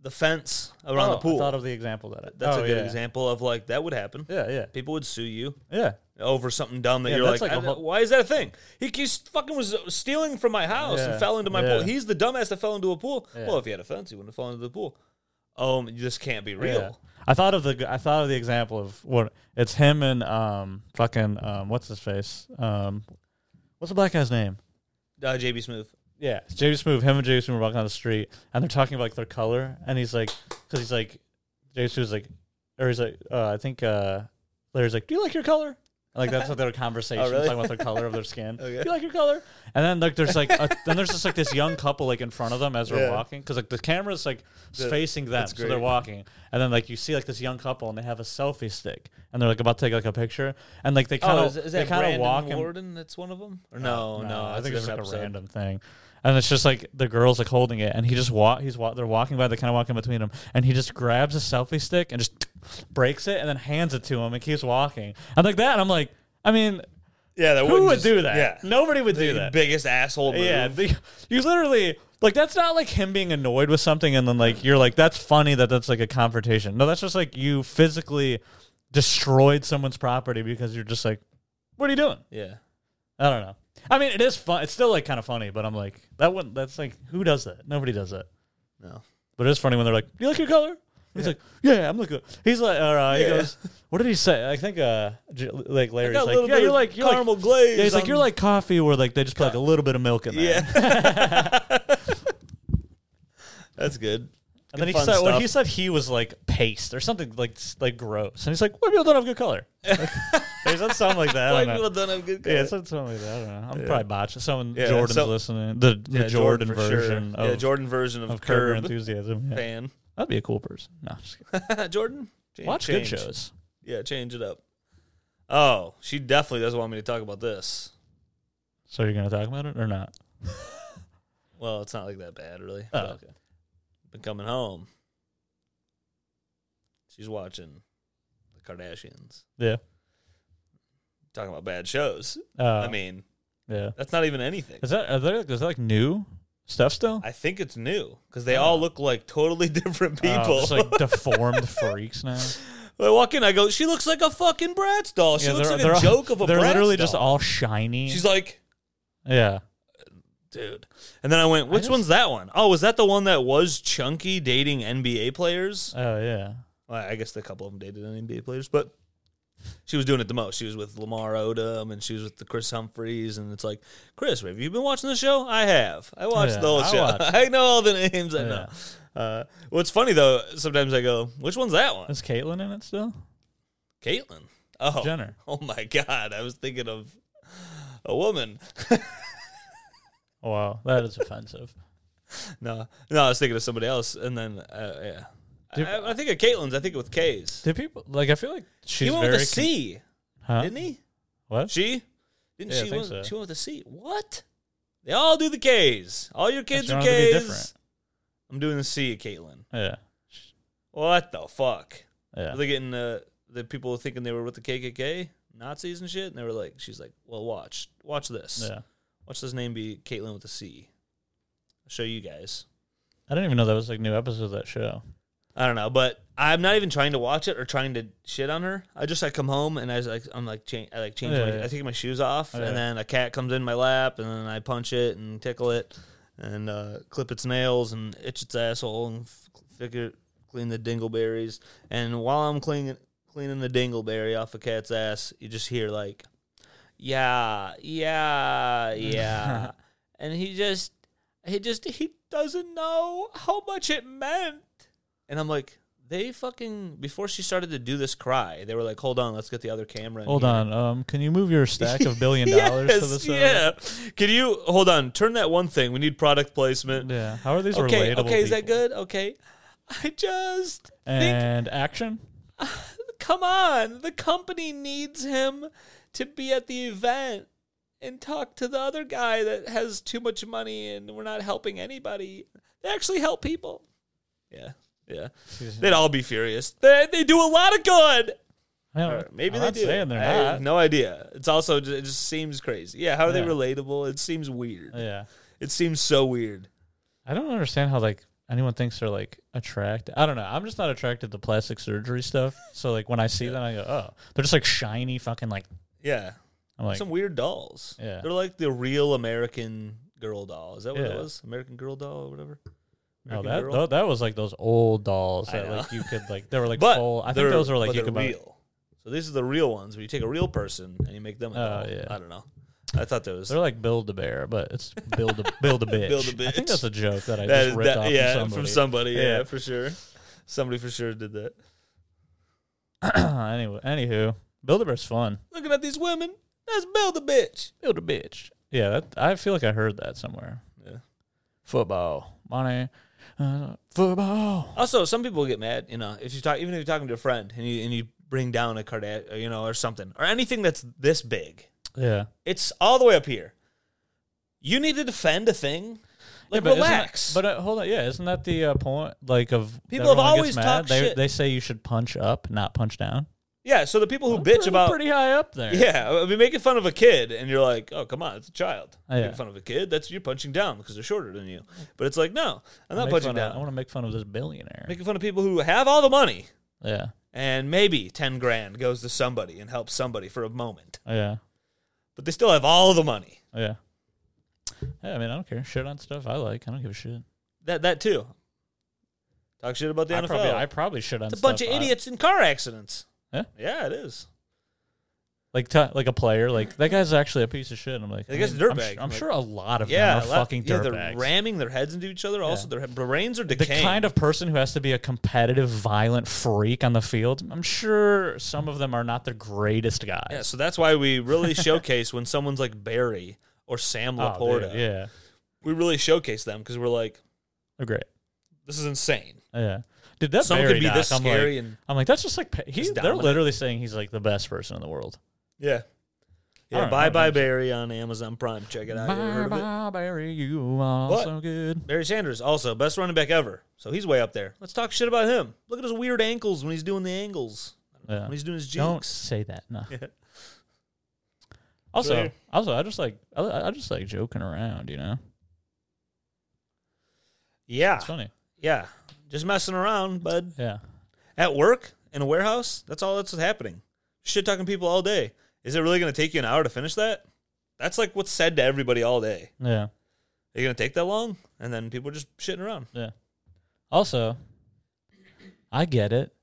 S2: the fence around the
S1: Oh,
S2: pool.
S1: I thought of the example that I,
S2: That's
S1: oh,
S2: a good
S1: yeah.
S2: example of like that would happen.
S1: Yeah, yeah,
S2: People would sue you
S1: yeah.
S2: over something dumb that
S1: Yeah,
S2: you're like,
S1: that's like a
S2: "I-
S1: whole-
S2: why is that a thing? He keeps fucking was stealing from my house and
S1: Yeah,
S2: fell into my
S1: yeah.
S2: pool. He's the dumbass that fell into a pool.
S1: Yeah.
S2: Well, if he had a fence, he wouldn't have fallen into the pool. Um, this can't be real.
S1: Yeah. I thought of the I thought of the example of what it's him and um fucking um what's his face um what's the black guy's name
S2: Uh, JB Smooth.
S1: yeah it's James Smooth him and James Smooth were walking down the street and they're talking about like, their color and he's like because he's like James Smooth's like or he's like uh, I think uh Larry's like do you like your color like that's what their conversation
S2: Oh, really?
S1: talking about the color of their skin
S2: Okay.
S1: do you like your color and then like there's like a, then there's just like this young couple like in front of them as they're
S2: Yeah.
S1: walking because like the camera's like
S2: That-
S1: facing them
S2: that's
S1: so they're
S2: great.
S1: walking and then like you see like this young couple and they have a selfie stick and they're like about to take like a picture and like they kind
S2: oh,
S1: of
S2: is, is
S1: they
S2: that
S1: kind
S2: Brandon
S1: of walk and Uh,
S2: Warden? That's one of them. Or Oh, no, no,
S1: I
S2: that's
S1: think
S2: a
S1: it's like
S2: different
S1: a
S2: episode.
S1: random thing. And it's just like the girl's like holding it, and he just walk. He's wa- they're walking by. They kind of walk in between them, and he just grabs a selfie stick and just breaks it, and then hands it to him, and keeps walking. I'm like that. And I'm like, I mean,
S2: Yeah, that
S1: who
S2: wouldn't
S1: would
S2: just-
S1: do that?
S2: Yeah,
S1: nobody would do
S2: The
S1: that.
S2: biggest asshole. Move.
S1: yeah, the- you literally like that's not like him being annoyed with something, and then like you're like that's funny that that's like a confrontation. No, that's just like you physically destroyed someone's property because you're just like, what are you doing?
S2: yeah.
S1: I don't know. I mean, it is fun. It's still like kind of funny, but I'm like, that wouldn't. That's like, who does that? Nobody does that.
S2: No.
S1: But it's funny when they're like, "Do you like your color?" He's like, "Yeah, I'm looking." He's like, "All right."
S2: Yeah.
S1: He goes, "What did he say?" I think, uh, J- like Larry's
S2: Got a
S1: like,
S2: little
S1: "Yeah,
S2: bit
S1: you're
S2: of
S1: like you're
S2: caramel
S1: like."
S2: glaze.
S1: Yeah, he's like,
S2: on-
S1: "You're like coffee," where like they just put like a little bit of milk in there.
S2: Yeah. That's good.
S1: and then he
S2: fun
S1: said, when
S2: stuff.
S1: he said he was like paste or something like s- like gross, and he's like, "White people don't have good color." Like, he said something like that. I
S2: White
S1: don't know.
S2: people don't have good
S1: Yeah,
S2: color.
S1: it's not something like that. I don't know. I'm probably botching. Someone
S2: Yeah,
S1: Jordan's
S2: so-
S1: listening. The, the
S2: Yeah,
S1: Jordan,
S2: for sure.
S1: version of,
S2: yeah, Jordan version of,
S1: of Curb Your
S2: Curb
S1: Enthusiasm. Yeah.
S2: fan.
S1: That'd be a cool person. No, just kidding.
S2: Jordan, change,
S1: watch
S2: change.
S1: good shows.
S2: Yeah, change it up. Oh, she definitely doesn't want me to talk about this.
S1: So you're gonna talk about it or not?
S2: Well, it's not like that bad, really.
S1: Oh,
S2: but
S1: okay.
S2: Been coming home. She's watching the Kardashians.
S1: Yeah.
S2: Talking about bad shows.
S1: Uh,
S2: I mean,
S1: yeah.
S2: that's not even anything.
S1: Is that are there? Is that like new stuff still?
S2: I think it's new because they all look like totally different
S1: Oh,
S2: people.
S1: just like deformed freaks now.
S2: I walk in, I go, she looks like a fucking Bratz doll. Oh, She
S1: Yeah,
S2: looks
S1: they're-
S2: like
S1: they're
S2: a
S1: all-
S2: joke of a
S1: They're
S2: Bratz
S1: literally
S2: doll.
S1: just all shiny.
S2: She's like,
S1: yeah.
S2: dude. And then I went, which
S1: just-
S2: one's that one? Oh, was that the one that was chunky dating NBA players?
S1: Oh yeah.
S2: Well, I guess a couple of them dated NBA players, but she was doing it the most. She was with Lamar Odom and she was with the Chris Humphreys, and it's like, Chris, have you been watching the show? I have. I watched
S1: Oh, Yeah,
S2: the whole
S1: I
S2: show.
S1: watched
S2: I know all the names. I know. Uh, what's funny though, sometimes I go, which one's that one?
S1: Is Caitlyn in it still?
S2: Caitlyn. Oh,
S1: Jenner.
S2: Oh my God, I was thinking of a woman.
S1: Wow, that is offensive.
S2: No, no, I was thinking of somebody else, and then uh, yeah,
S1: Did-
S2: I, I think of Caitlyn's. I think with K's.
S1: Do people like? I feel like she's
S2: He went
S1: very
S2: with a C,
S1: con- huh?
S2: didn't he?
S1: What?
S2: She didn't
S1: Yeah, I
S2: she?
S1: think
S2: Went,
S1: so.
S2: She went with a C. What? They all do the K's. All your kids
S1: you
S2: are
S1: want it to be
S2: K's.
S1: different.
S2: I'm doing the C, Caitlyn.
S1: yeah.
S2: What the fuck?
S1: Yeah.
S2: Are they getting uh, the people thinking they were with the KKK Nazis and shit? And they were like, she's like, well, watch, watch this,
S1: yeah.
S2: watch this name be Caitlyn with a C. I'll show you guys.
S1: I didn't even know that was like new episode of that show.
S2: I don't know, but I'm not even trying to watch it or trying to shit on her. I just I come home and I was like I'm like change I like change
S1: Yeah,
S2: my,
S1: yeah.
S2: I take my shoes off
S1: Yeah.
S2: and then a cat comes in my lap and then I punch it and tickle it and uh, clip its nails and itch its asshole and f- figure clean the dingleberries. And while I'm cleaning cleaning the dingleberry off a cat's ass, you just hear like, yeah, yeah, yeah, and he just he just he doesn't know how much it meant. And I'm like, they fucking before she started to do this cry, they were like, hold on, let's get the other camera. in
S1: Hold
S2: here."
S1: on. Um, can you move your stack of billion dollars to the
S2: Yes,
S1: side?
S2: yeah. Can you hold on? Turn that one thing. We need product placement.
S1: Yeah. How are these
S2: okay,
S1: relatable?
S2: okay, is that
S1: people?
S2: good? Okay. I just think
S1: And action.
S2: come on, the company needs him to be at the event and talk to the other guy that has too much money and we're not helping anybody. They actually help people. Yeah. Yeah. They'd all be furious. They they do a lot of good.
S1: I don't-
S2: Or
S1: Uh,
S2: maybe
S1: I'm
S2: they
S1: not
S2: do.
S1: Saying they're
S2: I
S1: not.
S2: have no idea. It's also ju- it just seems crazy. Yeah, how are
S1: Yeah. Uh,
S2: they relatable? It seems weird.
S1: Yeah.
S2: It seems so weird.
S1: I don't understand how like anyone thinks they're like attracted. I don't know. I'm just not attracted to plastic surgery stuff. So like when I see them, I go, oh, they're just like shiny, fucking like.
S2: Yeah,
S1: I'm like,
S2: some weird dolls.
S1: Yeah.
S2: they're like the real American Girl doll. Is that what
S1: Yeah.
S2: it was? American Girl doll or whatever.
S1: no,
S2: American
S1: "Oh, that
S2: Girl?
S1: tho- that was like those old dolls
S2: I
S1: that
S2: know.
S1: like you could like they were like
S2: but
S1: full. I think
S2: they're-
S1: those were like
S2: but
S1: you
S2: they're
S1: could buy.
S2: real. So these are the real ones where you take a real person and you make them. A
S1: Oh,
S2: doll.
S1: yeah.
S2: I don't know. I thought that was
S1: They're like build a bear, but it's build a build a bitch. I
S2: Build-A-Bitch.
S1: think that's a joke that I
S2: that
S1: just
S2: is
S1: ripped
S2: that
S1: off
S2: yeah
S1: from somebody.
S2: yeah,
S1: Yeah.
S2: for sure. Somebody for sure did that.
S1: anyway, anywho, build a bear's fun.
S2: Looking at these women, that's build a bitch.
S1: Build a bitch. Yeah, that, I feel like I heard that somewhere.
S2: Yeah.
S1: Football, money, uh, football.
S2: Also, some people get mad, you know, if you talk, even if you're talking to a friend and you and you bring down a Kardashian, uh, you know, or something, or anything that's this big,
S1: Yeah.
S2: it's all the way up here. You need to defend a thing.
S1: Yeah,
S2: Like,
S1: but isn't
S2: relax.
S1: that- but uh, hold on, yeah, isn't that the uh, point? Like of
S2: People have
S1: everyone gets
S2: always
S1: mad,
S2: talked
S1: they,
S2: shit.
S1: They say you should punch up, not punch down.
S2: yeah, so the people who
S1: Pretty-
S2: bitch about,
S1: pretty high up there.
S2: yeah, I mean, making fun of a kid, and you're like, oh, come on, it's a child.
S1: Oh, yeah.
S2: Making fun of a kid, that's you're punching down because they're shorter than you. But it's like, no, I'm not
S1: Make
S2: punching
S1: fun of- I
S2: down.
S1: want to make fun of this billionaire.
S2: Making fun of people who have all the money,
S1: yeah,
S2: and maybe ten grand goes to somebody and helps somebody for a moment,
S1: yeah,
S2: but they still have all the money.
S1: Oh, yeah. Yeah, I mean, I don't care. Shit on stuff I like. I don't give a shit.
S2: That that too. Talk shit about the
S1: I
S2: NFL.
S1: probably, I probably shit on
S2: it's a
S1: stuff
S2: bunch of
S1: I-
S2: idiots in car accidents.
S1: Yeah?
S2: yeah, it is.
S1: like t- like a player. Like that guy's actually a piece of shit. And I'm like,
S2: That guy's
S1: I
S2: a
S1: I'm,
S2: dirtbag.
S1: I'm
S2: Like-
S1: sure a lot of
S2: Yeah,
S1: them
S2: a
S1: are
S2: lot-
S1: fucking
S2: yeah,
S1: dirtbags.
S2: they're ramming their heads into each other. Also, their he- brains are
S1: the
S2: decaying.
S1: kind of person who has to be a competitive, violent freak on the field. I'm sure some of them are not the greatest guys.
S2: yeah. So that's why we really showcase when someone's like Barry or Sam
S1: Oh,
S2: Laporta.
S1: dude, yeah,
S2: we really showcase them because we're like,
S1: they're great.
S2: this is insane.
S1: Yeah, did that
S2: Someone
S1: Barry
S2: could be
S1: knock,
S2: this
S1: I'm
S2: scary
S1: Like,
S2: and
S1: I'm like, that's just like pa- he's.
S2: He's
S1: They're
S2: dominant.
S1: literally saying he's like the best person in the world. I
S2: yeah. Yeah,
S1: don't
S2: bye
S1: know.
S2: bye Barry on Amazon Prime. Check it out. You ever heard of it?
S1: Bye, Barry, you are
S2: But-
S1: so good.
S2: Barry Sanders, also best running back ever. So he's way up there. Let's talk shit about him. Look at his weird ankles when he's doing the angles.
S1: Yeah.
S2: When he's doing his
S1: Don't
S2: jinx.
S1: say that. No.
S2: Yeah.
S1: Also,
S2: Right.
S1: also, I just like I, I just like joking around. You know,
S2: Yeah.
S1: it's funny.
S2: Yeah. Just messing around, bud.
S1: Yeah.
S2: At work, in a warehouse, that's all that's what's happening. Shit talking people all day. Is it really going to take you an hour to finish that? That's like what's said to everybody all day.
S1: Yeah.
S2: Are you going to take that long? And then people are just shitting around.
S1: Also, I get it.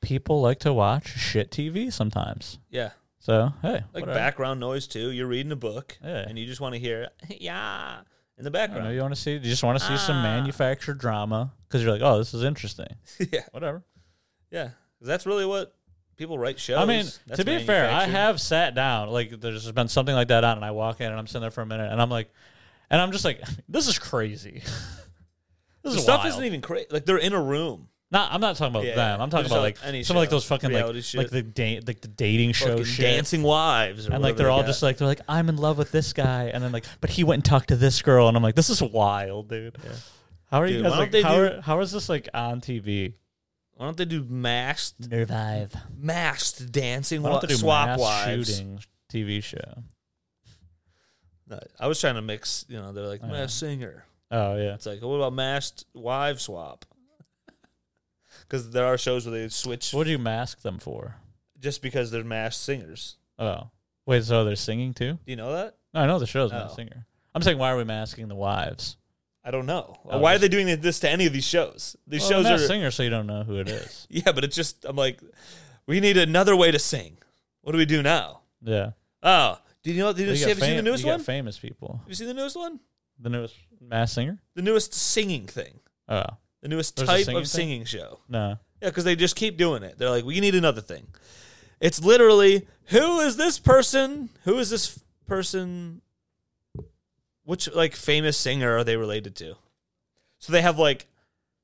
S1: People like to watch shit TV sometimes.
S2: Yeah.
S1: So hey,
S2: Like
S1: whatever.
S2: background noise, too. You're reading a book
S1: Yeah.
S2: and you just want to hear, yeah,
S1: I don't
S2: in the
S1: know.
S2: background.
S1: You want to see? You just want to see some
S4: Ah.
S1: manufactured drama because you're like, oh, this is interesting.
S2: yeah.
S1: Whatever.
S2: Yeah. 'Cause That's really what people write shows.
S1: I mean,
S2: That's
S1: to be fair, I
S2: manufactured.
S1: have sat down. Like, there's been something like that on, and I walk in and I'm sitting there for a minute, and I'm like, and I'm just like, this is crazy. this
S2: The
S1: is
S2: stuff
S1: wild.
S2: isn't even crazy. Like they're in a room.
S1: Not, I'm not talking about
S2: Yeah,
S1: them.
S2: yeah.
S1: I'm talking
S2: Just
S1: about
S2: like
S1: like,
S2: any
S1: some of, like
S2: show,
S1: those fucking like
S2: reality shit.
S1: like the da- like the dating show
S2: Fucking
S1: shit.
S2: dancing wives. Or
S1: and like
S2: whatever
S1: they're
S2: they
S1: all
S2: got.
S1: just like they're like I'm in love with this guy, and then like but he went and talked to this girl, and I'm like this is wild, dude. How are you
S2: Dude,
S1: guys
S2: why don't
S1: like?
S2: they
S1: How,
S2: do-
S1: are, how is this like on TV?
S2: Why don't they do masked
S3: Nervive.
S2: masked dancing
S1: Why
S2: wa-
S1: don't they do
S2: swap
S1: mass
S2: wives.
S1: shooting TV show?
S2: No, I was trying to mix, you know, they're like
S1: yeah.
S2: masked singer.
S1: Oh yeah,
S2: It's like, what about masked wife swap? Because there are shows where they switch
S1: what do you mask them for?
S2: just because they're masked singers.
S1: Oh wait, so they're singing too?
S2: Do you know that?
S1: No, I know the show's not
S2: Oh.
S1: a singer. I'm saying why are we masking the wives?
S2: I don't know. Why are they doing this to any of these shows? These
S1: Oh, Well, I'm not
S2: shows
S1: a
S2: are
S1: singer, so you don't know who it is.
S2: yeah, but it's just I'm like, we need another way to sing. What do we do now?
S1: Yeah.
S2: Oh, did you know? Did you, see,
S1: got
S2: have you seen the
S1: fam-
S2: newest
S1: you got
S2: one? Have
S1: famous people.
S2: you seen the newest one?
S1: The newest mass singer?
S2: The newest singing thing.
S1: Oh,
S2: The newest
S1: There's a
S2: type
S1: singing
S2: of
S1: thing?
S2: singing show.
S1: no.
S2: Yeah, because they just keep doing it. They're like, we need another thing. It's literally, who is this person? Who is this f- person? Which like famous singer are they related to? So they have like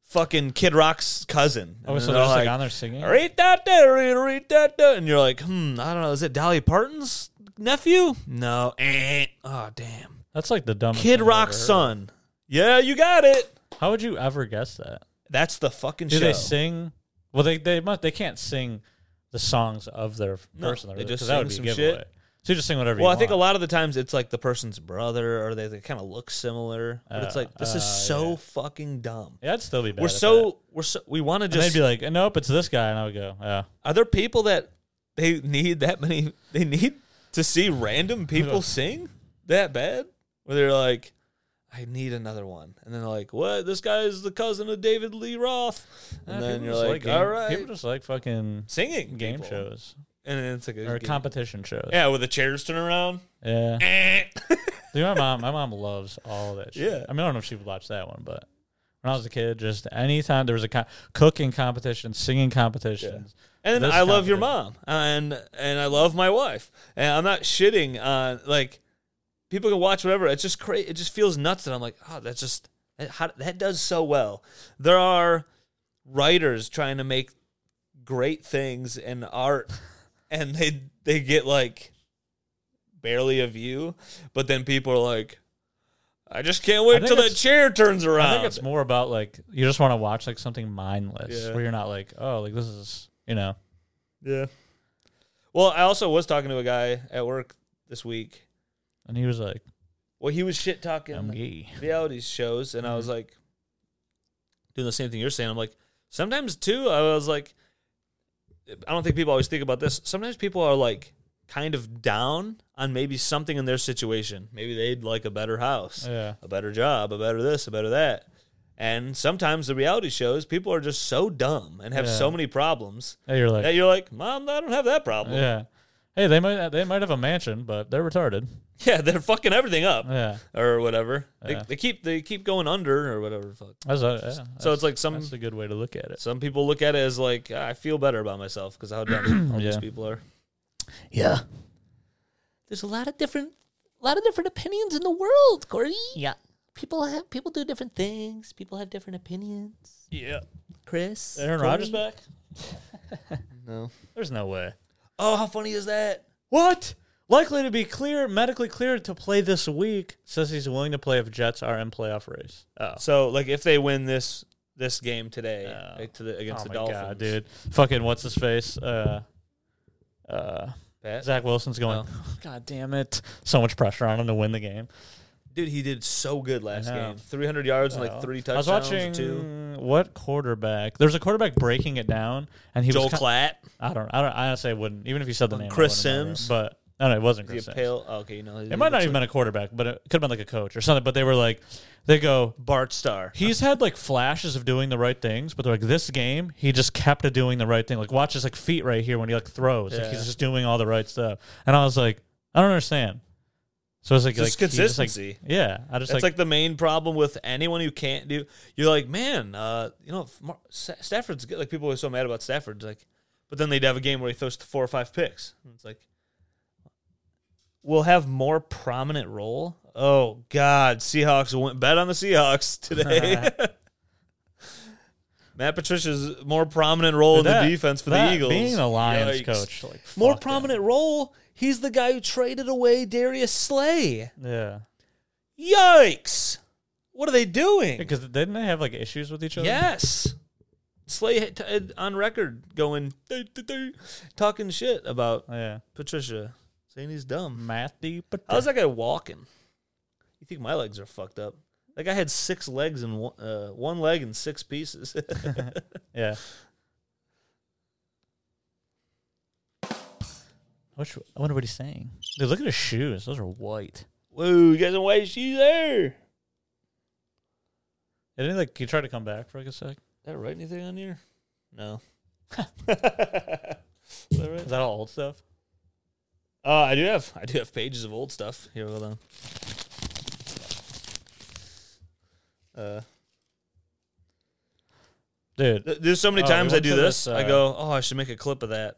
S2: fucking Kid Rock's cousin.
S1: Oh,
S2: And
S1: so
S2: then
S1: they're just
S2: they're
S1: like on there singing?
S2: Read that there, read that there. And you're like, hmm, I don't know. Is it Dolly Parton's nephew? No. Eh. Oh, damn.
S1: That's like the dumbest.
S2: Kid
S1: thing I've
S2: Rock's
S1: ever heard.
S2: son. Yeah, you got it.
S1: How would you ever guess that?
S2: That's the fucking
S1: Do
S2: show.
S1: they sing? Well, they they must they can't sing the songs of their
S2: No,
S1: person.
S2: they
S1: really,
S2: just
S1: 'cause that would
S2: sing
S1: be a
S2: some shit.
S1: giveaway. So you just sing whatever.
S2: Well,
S1: you
S2: I think a
S1: want.
S2: lot of the times it's like the person's brother, or they, they kind of look similar. But it's
S1: Uh,
S2: like this is
S1: uh,
S2: so
S1: yeah.
S2: fucking dumb.
S1: Yeah, I'd still be bad.
S2: We're
S1: at that.
S2: so we're so we want to
S1: And
S2: just.
S1: they'd be like, nope, it's this guy, and I would go, yeah.
S2: are there people that they need that many? They need to see random people sing that bad, where they're like, "I need another one," and then they're like, "What? This guy is the cousin of David Lee Roth," and
S1: Nah,
S2: then
S1: people
S2: you're
S1: just
S2: like,
S1: game-
S2: "All right,
S1: people just like fucking
S2: singing
S1: game
S2: people."
S1: shows
S2: and then it's like a
S1: or
S2: game.
S1: competition shows.
S2: yeah, where the chairs turn around.
S1: Yeah.
S2: Eh.
S1: Dude, my mom, my mom loves all that shit.
S2: Yeah.
S1: I mean, I don't know if she would watch that one, but when I was a kid, just anytime there was a co- cooking competition, singing competitions.
S2: And
S1: This
S2: I love your mom, uh,
S1: competition.
S2: and and I love my wife, and I'm not shitting on like people can watch whatever. It's just crazy. It just feels nuts, and I'm like, oh, that's just that- how, that does so well. There are writers trying to make great things in art, and they they get like barely a view, but then people are like, I just can't
S1: I
S2: wait
S1: think
S2: till that
S1: it's-
S2: chair turns around.
S1: I think it's more about like you just want to watch like something mindless
S2: Yeah.
S1: where you're not like, oh, like this is you know.
S2: yeah. Well, I also was talking to a guy at work this week
S1: And he was like,
S2: Well, he was shit
S1: I'm
S2: talking
S1: gay.
S2: reality shows, and I was like, mm-hmm. doing the same thing you're saying. I'm like, sometimes too, I was like, I don't think people always think about this. Sometimes people are like kind of down on maybe something in their situation. Maybe they'd like a better house,
S1: Yeah.
S2: a better job, a better this, a better that. And sometimes the reality shows, people are just so dumb and have
S1: Yeah.
S2: so many problems
S1: Hey, you're
S2: that
S1: like,
S2: you're like, Mom, I don't have that problem.
S1: yeah. Hey, they might they might have a mansion, but they're retarded.
S2: Yeah, they're fucking everything up
S1: Yeah.
S2: or whatever. They,
S1: Yeah.
S2: they keep they keep going under or whatever. the Fuck.
S1: That's a, yeah,
S2: So
S1: that's-
S2: it's like some
S1: that's a good way to look at it.
S2: some people look at it as like I feel better about myself because how dumb all these
S1: Yeah.
S2: people are.
S3: Yeah.
S4: There's a lot of different, a lot of different opinions in the world, Corey.
S3: Yeah.
S4: People have people do different things. People have different opinions.
S1: Yeah.
S3: Chris.
S1: Aaron Rodgers back?
S2: No.
S1: There's no way.
S2: Oh, how funny is that?
S1: What? Likely to be clear, medically cleared to play this week. Says he's willing to play if Jets are in playoff race. Oh,
S2: So like if they win this this game today
S1: Oh.
S2: like, to the,
S1: oh
S2: against the
S1: my
S2: Dolphins,
S1: god, dude! Fucking what's his face? Uh, uh,
S2: Pat?
S1: Zach Wilson's going.
S2: Oh.
S1: God damn it! So much pressure on him to win the game.
S2: dude, he did so good last
S1: I know.
S2: game. Three hundred yards and
S1: Oh.
S2: like three
S1: I
S2: touchdowns.
S1: was watching
S2: Two.
S1: what quarterback? There's a quarterback breaking it down, and he
S2: Joel
S1: was. ki-
S2: Klatt.
S1: I don't. I don't. I honestly wouldn't. Even if you said the name, I
S2: Chris
S1: wouldn't remember it.
S2: Sims?
S1: But no, no, it wasn't
S2: Is he a
S1: Chris Sims.
S2: pale? oh, okay, you know
S1: It might not even been a quarterback, but it could have been like a coach or something. But they were like, they go,
S2: Bart Starr.
S1: He's had like flashes of doing the right things, but like this game, he just kept doing the right thing. Like watch his like feet right here when he like throws. Like
S2: Yeah.
S1: he's just doing all the right stuff. And I was like, I don't understand. So it's like
S2: Just
S1: like, he just, like-
S2: consistency.
S1: yeah, I just
S2: That's
S1: like,
S2: like, the main problem with anyone who can't do. You're like, man, uh, you know, if Mar- Sa- Stafford's good. Like people are so mad about Stafford, like, but then they'd have a game where he throws four or five picks. And it's like, we'll have more prominent role. Oh God, Seahawks went bet on the Seahawks today. Matt Patricia's more prominent role in
S1: That-
S2: the defense for
S1: that
S2: the Eagles.
S1: Being a Lions
S2: Yikes.
S1: coach, like fuck
S2: more
S1: that.
S2: prominent role. He's the guy who traded away Darius Slay.
S1: Yeah,
S2: Yikes! What are they doing?
S1: because didn't they have like issues with each other?
S2: Yes. Slay hit- t- uh, on record going "Duh, duh, duh," talking shit about
S1: yeah.
S2: Patricia, saying he's dumb.
S1: Matthew, but
S2: How's that guy walking? You think my legs are fucked up? That guy had six legs and one, uh, one leg in six pieces.
S1: yeah. Which, I wonder what he's saying. Dude, look at his shoes; those are white.
S2: Whoa, you guys don't waste you there.
S1: Didn't he, like he tried to come back for like a sec?
S2: Did I write anything on here? No. Is that right?
S1: Is that all old stuff?
S2: Uh, I do have I do have pages of old stuff. Here, hold on. Uh,
S1: Dude,
S2: th- there's so many
S1: Oh, we
S2: times I
S1: went
S2: do
S1: to
S2: this.
S1: this,
S2: I
S1: uh,
S2: go, oh, I should make a clip of that.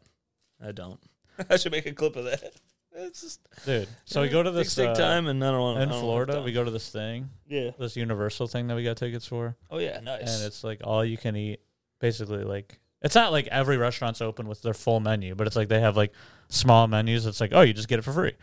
S2: I don't. I should make a clip of that. It's just
S1: dude. So we go to this
S2: takes big
S1: uh,
S2: time, and I don't want
S1: in Florida. We go to this thing,
S2: yeah.
S1: this Universal thing that we got tickets for,
S2: Oh yeah, nice.
S1: and it's like all you can eat. Basically, like it's not like every restaurant's open with their full menu, but it's like they have like small menus. It's like oh, you just get it for free,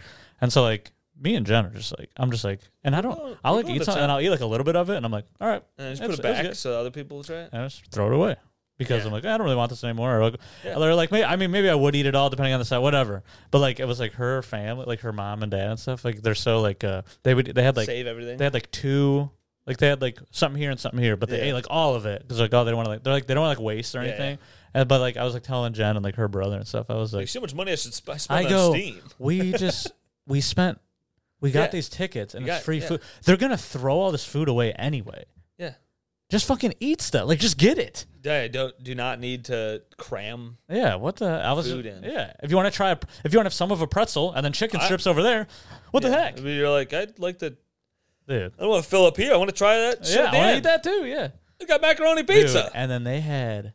S1: and so like me and Jen are just like I'm just like, and I
S2: We're going-
S1: don't. I'll
S2: we're
S1: like
S2: going
S1: eat
S2: to
S1: something,
S2: town.
S1: and I'll eat like a little bit of it, and I'm like, all right,
S2: and I just
S1: It
S2: put
S1: was-
S2: it
S1: it was
S2: back
S1: good.
S2: so other people will try it.
S1: and I just throw it away because
S2: Yeah.
S1: I'm like, I don't really want this anymore. Or like,
S2: Yeah.
S1: they're like, may- I mean, maybe I would eat it all depending on the side, whatever. But like, it was like her family, like her mom and dad and stuff. Like they're so like, uh, they would they had like
S2: Save everything.
S1: they had like two, like they had like something here and something here, but they
S2: Yeah.
S1: ate like all of it because like oh they don't want to like they're like they don't want like waste or
S2: Yeah,
S1: anything. And but like I was like telling Jen and like her brother and stuff, I was
S2: like
S1: like,
S2: so much money I should sp-
S1: I
S2: spend
S1: go,
S2: on Steam.
S1: we just we spent. We got
S2: Yeah.
S1: these tickets and
S2: You
S1: it's
S2: got-
S1: free
S2: yeah.
S1: food. They're gonna throw all this food away anyway.
S2: Yeah.
S1: Just fucking eat stuff. Like just get it.
S2: Yeah, I don't do not need to cram.
S1: Yeah, what the? I was
S2: Food in.
S1: yeah. If you want to try, a, if you want to have some of a pretzel and then chicken
S2: I-
S1: strips over there, what the
S2: Yeah.
S1: heck,
S2: I mean, you're like, I'd like to.
S1: dude?
S2: I don't want to fill up here. I want to try that. Shit
S1: yeah,
S2: at
S1: I
S2: the
S1: want to
S2: end.
S1: eat that too. Yeah,
S2: We got macaroni
S1: Dude,
S2: pizza.
S1: and then they had,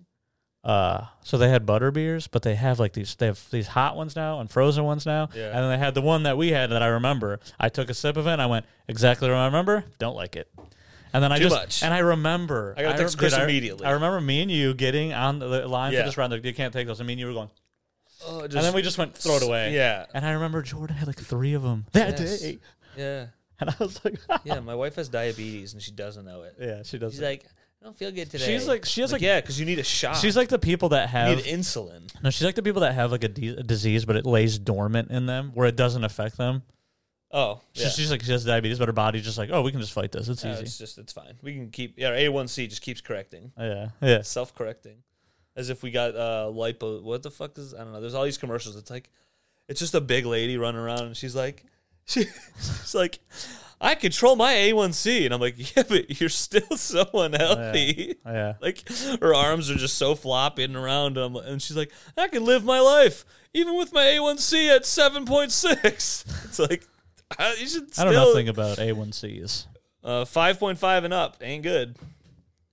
S1: uh, so they had butter beers, but they have like these. They have these hot ones now and frozen ones now.
S2: Yeah.
S1: And then they had the one that we had that I remember. I took a sip of it. and I went exactly what I remember. Don't like it. And then I
S2: Too
S1: just
S2: much.
S1: and I remember
S2: I gotta text
S1: rem-
S2: Chris
S1: dude, I-
S2: immediately.
S1: I remember me and you getting on the line
S2: Yeah.
S1: for this round. Like, you can't take those. I mean, you were going,
S2: Oh, just-
S1: and then we just went throw it away.
S2: Yeah.
S1: And I remember Jordan had like three of them that
S2: Yes.
S1: day.
S2: Yeah.
S1: And I was like, "Ah."
S2: Yeah. My wife has diabetes and she doesn't know it.
S1: yeah, she does.
S2: She's
S1: that.
S2: like, I don't feel good today.
S1: she's like, she has like,
S2: yeah, because you need a shot.
S1: she's like the people that
S2: you
S1: have.
S2: need insulin.
S1: no, she's like the people that have like a, de- a disease, but it lays dormant in them where it doesn't affect them.
S2: Oh, yeah.
S1: She's, she's like she has diabetes, but her body's just like, oh, we can just fight this. It's
S2: No,
S1: easy.
S2: it's just it's fine. We can keep. Yeah, A1C just keeps correcting,
S1: yeah, yeah.
S2: self correcting, as if we got uh lipo. What the fuck is? I don't know. There's all these commercials. It's like, it's just a big lady running around, and she's like, she, she's like, I control my A1C, and I'm like, yeah, but you're still so unhealthy.
S1: Yeah,
S2: Like her arms are just so flopping around, and, I'm, and she's like, "I can live my life even with my A1C at 7.6." It's like I, you should
S1: I don't
S2: still-
S1: know nothing about A1Cs.
S2: Uh, 5.5 and up ain't good.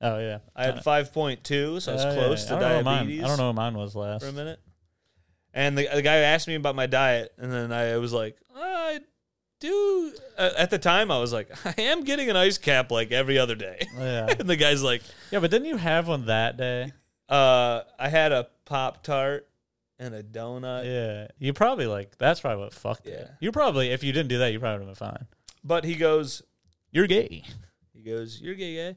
S1: Oh yeah,
S2: I had 5.2, so I was
S1: Oh, yeah,
S2: close
S1: yeah.
S2: to
S1: I don't know what
S2: diabetes
S1: Mine, I don't know what mine was last.
S2: for a minute. And the, the guy asked me about my diet, and then I was like, I do. Uh, at the time, I was like, I am getting an ice cap like every other day.
S1: Yeah,
S2: and the guy's like,
S1: yeah, but didn't you have one that day?
S2: uh, I had a Pop Tart and a donut.
S1: Yeah, you probably like that's probably what fucked it.
S2: Yeah.
S1: You probably if you didn't do that, you probably would have been fine.
S2: But he goes,
S1: You're gay.
S2: he goes, you're gay, gay.